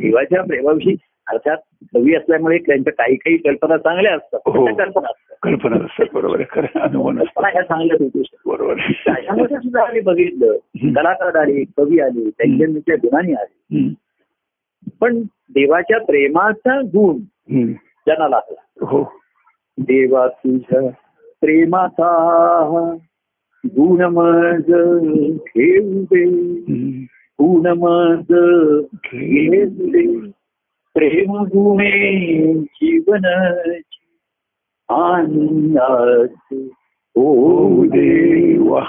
देवाच्या प्रेमाविषयी अर्थात कवी असल्यामुळे त्यांच्या काही काही कल्पना चांगल्या असतात हो. त्या कल्पना असतात कल्पना असतात बरोबर आहे खरं अनुभव कल्पना ह्या चांगल्याच होती बरोबर आहे. त्याच्यामध्ये सुद्धा आम्ही बघितलं हम्म. कलाकार आले कवी आले त्यांच्या गुणांनी आले हम्म. पण देवाच्या प्रेमाचा गुण हम्म. ज्यांना लागला हो देवा तुझ्या प्रेमाचा गुण मज घेऊ दे हम्म. गुण मज घेऊ दे प्रेम गुणे जीवन आनंदाचे हो होऊ दे देवा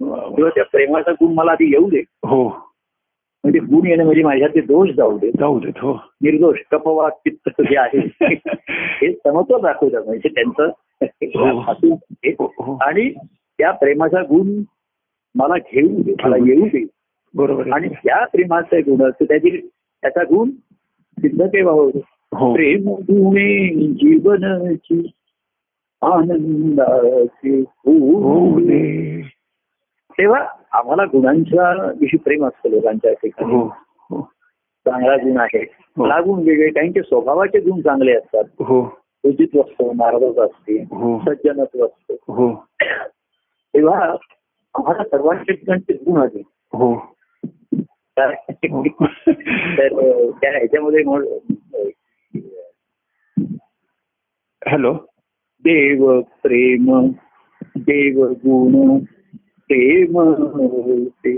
वा, वा. तेव्हा त्या प्रेमाचा गुण मला आधी येऊ दे हो म्हणजे गुण येणं म्हणजे माझ्यातले दोष जाऊ दे जाऊ देत हो निर्दोष कपवात पित्त जे आहे हे समतोल दाखवतात म्हणजे त्यांचं हातून हे. हो, हो. आणि त्या प्रेमाचा गुण मला घेऊ दे मला येऊ दे बरोबर आणि आहे त्या प्रेमाचा गुण असतो त्याची त्याचा गुण सिद्ध केव्हा होतो हो प्रेम गुणे जीवनाची आनंदाचे हो होऊ दे. दे तेव्हा आम्हाला गुणांच्या विषयी प्रेम असतं लोकांच्या ठिकाणी हो हो चांगला गुण आहे हो. मला गुण वेगळे काहींचे स्वभावाचे गुण चांगले असतात हो उचित असतं मार्गच असते हो. सज्जनत्व असतं हो तेव्हा आम्हाला सर्वांच्या ठिकाणचे गुण आहेत हो तर तर, अं, त्या ह्याच्यामध्ये मग, अं, हॅलो देव प्रेम देव गुण प्रेम ते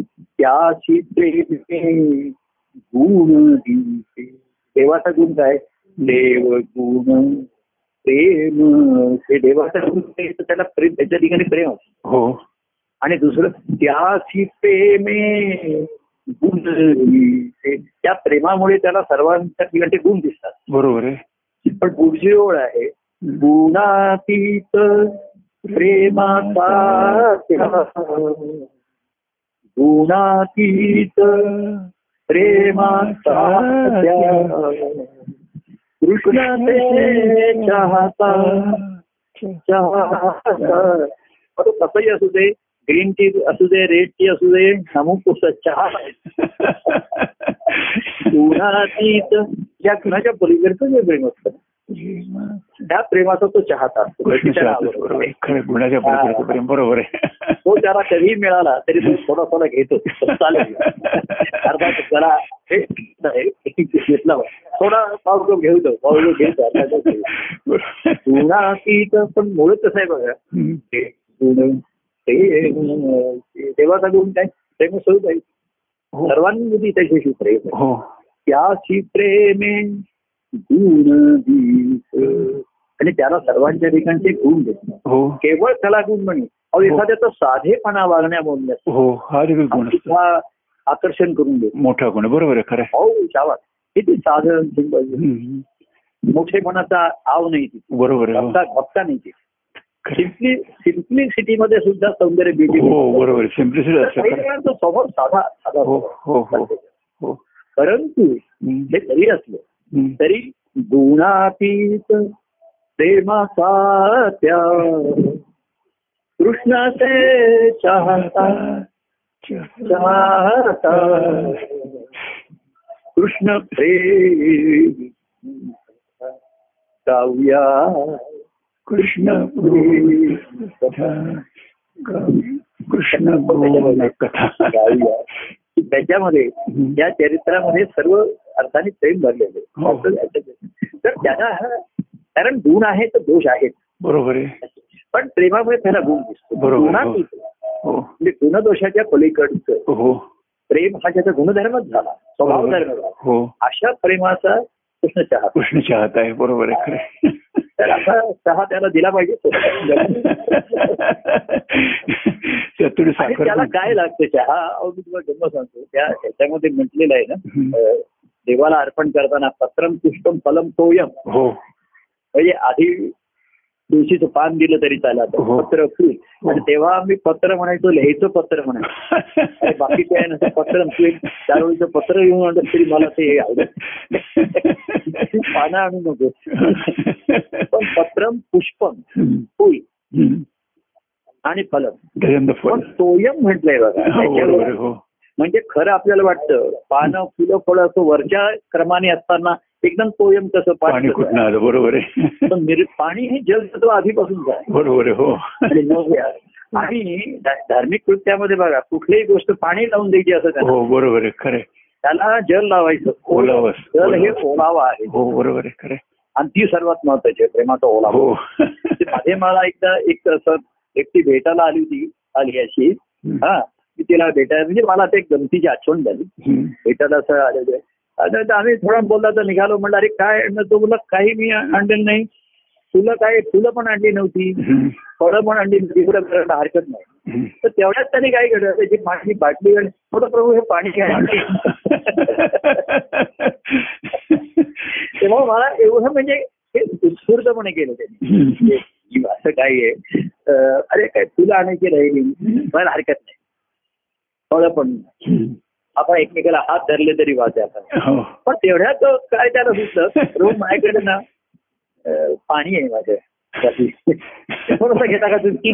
त्याची प्रेम गुण दिसे देवाचा गुण काय देव गुण प्रेम हे देवाचा गुण आहे, तर त्याला प्रेम त्याच्या ठिकाणी प्रेम असतं. हो आणि दुसरं त्याची प्रेमे गुण दिसे त्या प्रेमामुळे त्याला सर्वांच्या ठिकाणी गुण दिसतात बरोबर आहे पण पुढची ओळ आहे गुणातीत प्रेमाचा त्याग. गुणातीत प्रेमाचा त्याग. कृष्ण ते चाहता चाहता बरं, कसंही असू दे ग्रीन टी असू दे रेड टी असू दे अमुक चहा गुणातीत या गुणाच्या पलीकडचं जे प्रेम असतं त्या प्रेमाचा तो चाहता असतो कृष्ण त्याला शास्त्र, आवडतो. बरोबर आहे. खरं गुणाच्या पलीकडचं प्रेम बरोबर आहे तो त्याला कधी मिळाला तरी तो थोडा थोडा घेतो चालेल अर्थात त्याला हे नाही, घेतला पाहिजे. थोडा पाऊस घेऊ दो पाऊस घेऊ बरोबर. गुणातीत पण मुळ कसं आहे बघा हम्म. ते गुण ते गुण, ते देवाचा गुण काय प्रेम स्वरूप आहे हो. सर्वांमध्ये त्याच्याशी प्रेम आहे. हो त्याशी प्रेमे गुण दिस आणि त्याला सर्वांच्या ठिकाणचे गुण देतात हो केवळ त्याला गुण म्हणून अहो हो. एखाद्याचं साधेपणा वागण्यामधून हो हा देखील गुण असतो सुद्धा आकर्षण करून देतो मोठा गुण आहे. बरोबर आहे खरं आहे. अहो शाबास किती साधन सिंपल हम्म. मोठेपणाचा आव नाही तिथे बरोबर आहे हो. भक्ता भक्ता नाही तिथे खरं आहे. सिम्पली सिम्प्लिसिटीमध्ये सुद्धा सौंदर्य ब्युटी हो बरोबर आहे. सिम्प्लिसिटी असतं काही खरं आहे. जणांचा स्वभाव साधा साधा हो स्वभाव. हो हो हो परंतु हम्म. हे जरी असलं हम्म. तरी गुणातीत प्रेमाचा त्या कृष्णाचे चाहता चाहता कृष्ण प्रेम गाऊया कृष्ण प्रेम कथा गावी. कृष्ण गोविंद कथा गाऊया त्याच्यामध्ये हम्म. या चरित्रामध्ये सर्व अर्थाने प्रेम भरलेले हो. तर त्याला कारण गुण आहे तर दोष आहेत बरोबर आहे पण प्रेमामुळे त्याला गुण दिसतो बरोबर. गुणातीत हो म्हणजे गुणदोषाच्या पलीकडचं हो प्रेम हा त्याचा गुणधर्मच झाला स्वभाव धर्म झाला हो अशा प्रेमाचा कृष्ण चहा कृष्ण चाहत आहे बरोबर आहे खरं आहे. तर असा चहा त्याला दिला पाहिजे चतुर आणि साखर त्याला काय लागतं चहा अहो मी तुम्हाला जन्म सांगतो त्या ह्याच्यामध्ये म्हटलेलं आहे ना अं, देवाला अर्पण करताना पत्रम पुष्पम फलम तोयम हो म्हणजे आधी तुळशीचं पान दिलं तरी चालत हो. पत्र फुल हो. आणि तेव्हा मी पत्र म्हणायचो लिहायचं पत्र म्हणायचो आणि बाकी काय नसतं पत्र तू एक चार ओळीचं पत्र घेऊन आणलं तरी मला ते आवडत पानं आणू नको पण पत्रम पुष्पम फुल हम्म. आणि फलम गजंद पण फळ तोयम म्हटलंय बघा हो, बरोबर आहे, त्याच्यावर हो म्हणजे खरं आपल्याला वाटतं पानं फुलं फळं असं वरच्या क्रमाने असताना एकदम तोयम कसं पाणी पाणी कसं कुठनं आहे. आलं बरोबर आहे पण निर- पाणी हे जलतत्व आधीपासून आहे बरोबर आहे हो आणि मग या. आणि धा- धार्मिक कृत्यामध्ये बघा कुठलीही गोष्ट पाणी लावून द्यायची असं त्याला हो बरोबर आहे खरं आहे. त्याला जल लावायचं ओलावा. जल हे ओलावा. ओलावा आहे हो बरोबर आहे खरं आहे. आणि ती सर्वात महत्वाची आहे प्रेमाचा ओलावा हो ते माझे मला एकदा एक असं एकटी भेटायला आली होती आली अशी हा मी तिला भेटायला म्हणजे मला ते एक गमतीची आठवण झाली हम्म. भेटायला असं आलेलं आता तर आम्ही थोडा बोलला तर निघालो म्हणलं अरे काय आणलं तो बोला काही मी आणलेलं नाही फुलं काय फुलं पण आणली नव्हती हम्म. फळं पण आणली नव्हती फुलं करायला हरकत नाही हम्म. तर तेवढ्याच त्यांनी काय केलं त्याची पाण्याची बाटली आणि थोडं प्रभू हे पाणी घ्या तेव्हा मला एवढं म्हणजे हे उत्स्फूर्तपणे केलं त्यांनी म्हणजे की असं काय आहे अं, अरे काय फुलं आणायची राहिली मला हरकत नाही फळं पण नाही. आपण एकमेकाला हात धरले तरी वाचे आपण हो पण तेवढ्याच काय त्याला सुचलं प्रभू माझ्याकडे ना अं, पाणी आहे माझ्या थोडस घेता का तुम्ही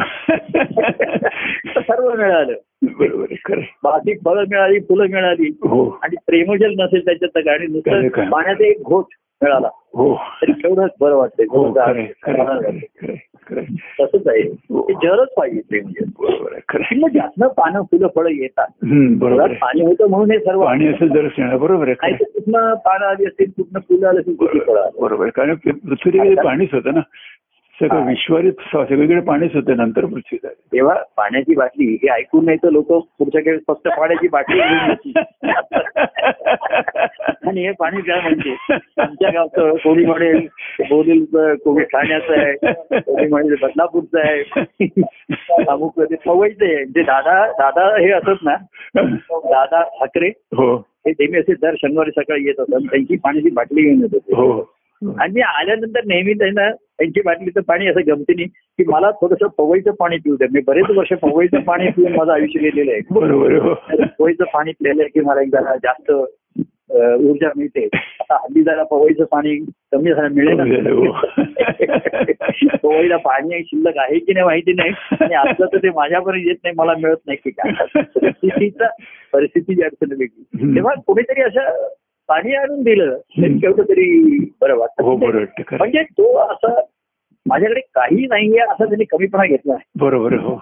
तर सर्व मिळालं बरोबर आहे खरं आहे. भाजी फळं मिळाली फुलं मिळाली हो आणि प्रेमजल नसेल त्याच्यात तर गाडी काय काय? नुसतं पाण्याचा एक घोट मिळाला हो तरी तेवढंच बरं वाटतंय हो थोडंसं खरं आहे, खरं आहे, आनंद खरं आहे, वाटतो. खरं आहे, खरं आहे. तसंच आहे हो. ते जलच पाहिजे प्रेमजल बरोबर आहे खरं आहे. किंवा जास्त पानं फुलं फळं येतात हम्म, बरोबर मुळात आहे पाणी होतं म्हणून हे सर्व पाणी असेल तरच येणार बरोबर आहे खरं नाही आहे. तर कुठनं पानं आली असतील कुठनं फुलं आली असतील कुठली फळं आली बरोबर आहे कारण पृथ्वीदेवी पाणीच होतं ना सगळं हा. विश्वारीत सगळीकडे पाणीच होते नंतर पृथ्वी झाली तेव्हा पाण्याची बाटली हे ऐकून नाही तर लोक पुढच्या वेळेस फक्त पाण्याची बाटली घेऊन येतील. आणि हे पाणी काय म्हणजे आमच्या गावचं कोणी म्हणेल बोलीलचं कोणी ठाण्याचं आहे कोणी म्हणेल बदलापूरचं आहे अमुक ते पवईचं आहे म्हणजे दादा दादा हे असत ना दादा ठाकरे हो हे नेहमी असे दर शनिवारी सकाळी येत असतात त्यांची पाण्याची बाटली घेऊन येत होते हो आणि आल्यानंतर नेहमी त्यांना त्यांची बाटलीचं पाणी असं गमतीने की मला थोडंसं पवईचं पाणी पिऊ द्या मी बरेच वर्ष पवईचं पाणी पिऊन माझं आयुष्य गेलेलं आहे बरोबर हो पवईचं पाणी पिलेलं आहे की मला एक जरा जास्त अ, ऊर्जा मिळते आता हल्ली जरा पवईचं पाणी कमी झालं हो. मिळेल पवईला पाणी शिल्लक आहे की नाही माहिती नाही आणि आता तर ते माझ्यापर्यंत येत नाही मला मिळत नाही की काय परिस्थितीचा परिस्थितीची अडचण वेगळी हम्म. तेव्हा कोणीतरी असं पाणी आणून दिलं हम्म. तेवढं तरी बरं हो वाटतं बरोबर वाटतं, खरं. म्हणजे तो असं माझ्याकडे काही नाहीये असं त्यांनी कमीपणा घेतला नाही बरोबर हो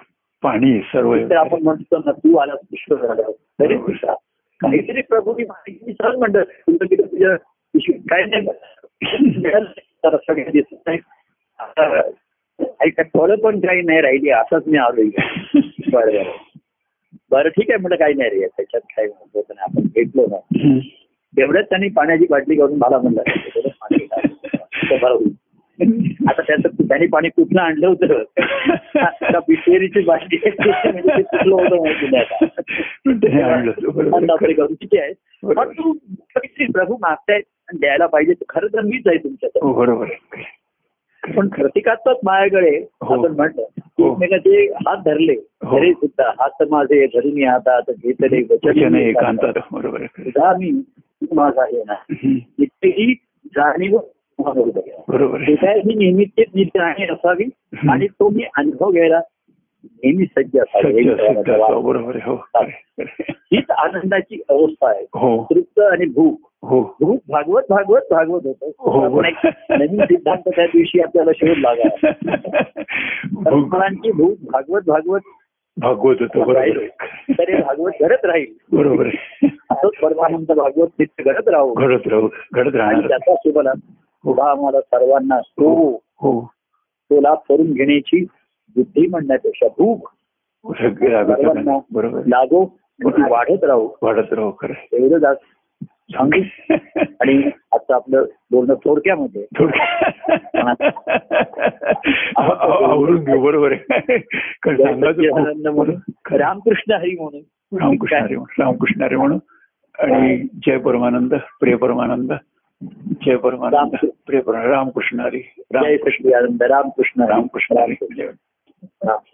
पाणी सर्व तर आपण म्हणतो ना तू आलास पुष्कळ झाला तरी बरोबर. तुझा काहीतरी प्रभूची माहिती सहज म्हणतं तुमचं किती तुझ्या पिशवीत काय नाही मिळालं नाही, तर असं काही दिसत नाही आता काही काय फळं पण काही नाही राहिली असंच मी आलो इथे. बरं बरं बरं ठीक आहे म्हटलं काही नाही रे त्याच्यात काय होत नाही आपण भेटलो ना हम्म. तेवढ्याच त्यांनी पाण्याची बाटली काढून मला म्हणलं "थोडं पाणी टाक." तर बरं होईल. आता त्याचं त्यांनी पाणी कुठलं आणलं होतं आता पिशेरीची बाटली आहे. म्हणजे ते कुठलं होतं माहिती नाही आता. पण त्याने आणलं होतं, आता बरोबर आपले गमतीचे आहे बरोबर. पण तू काहीतरी प्रभू मागतायत आणि द्यायला पाहिजे खरं तर मीच आहे तुमच्याकडे हो बरोबर पण प्रतिकात्मक मायाकडे हो. आपण म्हणलं हो. एकमेकाचे हात धरले हो. तरी सुद्धा हात माझे धरी मी हातात घेतले त्याच्याने वचने एकांतात बरोबर सुद्धा मी तू माझा आहे ना हम्म. इतकेही जाणीव होऊ द्या. बरोबर आहे. हृदयात ही नेहमीचीच नित्य आहे असावी हम्म. आणि तो मी अनुभव घ्यायला नेहमी सज्ज असावी सत्य, हे सत्य, करायला सत्य, हवा. बरोबर आहे, हो हीच आनंदाची अवस्था आहे हो तृप्त आणि भूक हो भूक भागवत भागवत भागवत हो, होतो बरोबर. आपण एक नवीन सिद्धांत त्या दिवशी आपल्याला शोध लागला भूक परस्परांची भूक भागवत भागवत भागवत होतो बरोबर राहील आहे. तर हे भागवत घडत राहील बरोबर आहे. असंच परमानंद भागवत नित्य घडत राहू घडत राहू घडत आणि राहणार त्याचा शुभला उभा आम्हाला सर्वांना तो हो तो लाभ करून घेण्याची बुद्धी म्हणण्यापेक्षा भूक सगळे लागत सर्वांना राहणार. बरोबर लागो बरोबर. आणि वाढत राहू वाढत राहू खरं आहे. एवढं जात सांगू आणि आता आपलं बोलणं थोडक्यामध्ये थोडं आव- आव- आवरून घेऊ बरोबर आहे कारण सांगायचं सच्चिदानंद खूप- म्हणून रामकृष्ण हरी म्हणून रामकृष्ण हरी म्हणून रामकृष्ण हरी म्हणून आणि जय परमानंद प्रिय परमानंद जय परमानंद रामकृष्ण. प्रिय परमानंद रामकृष्ण हरी जय रामकृष्ण सच्चिदानंद रामकृष्ण हरी. रामकृष्ण हरी जय राम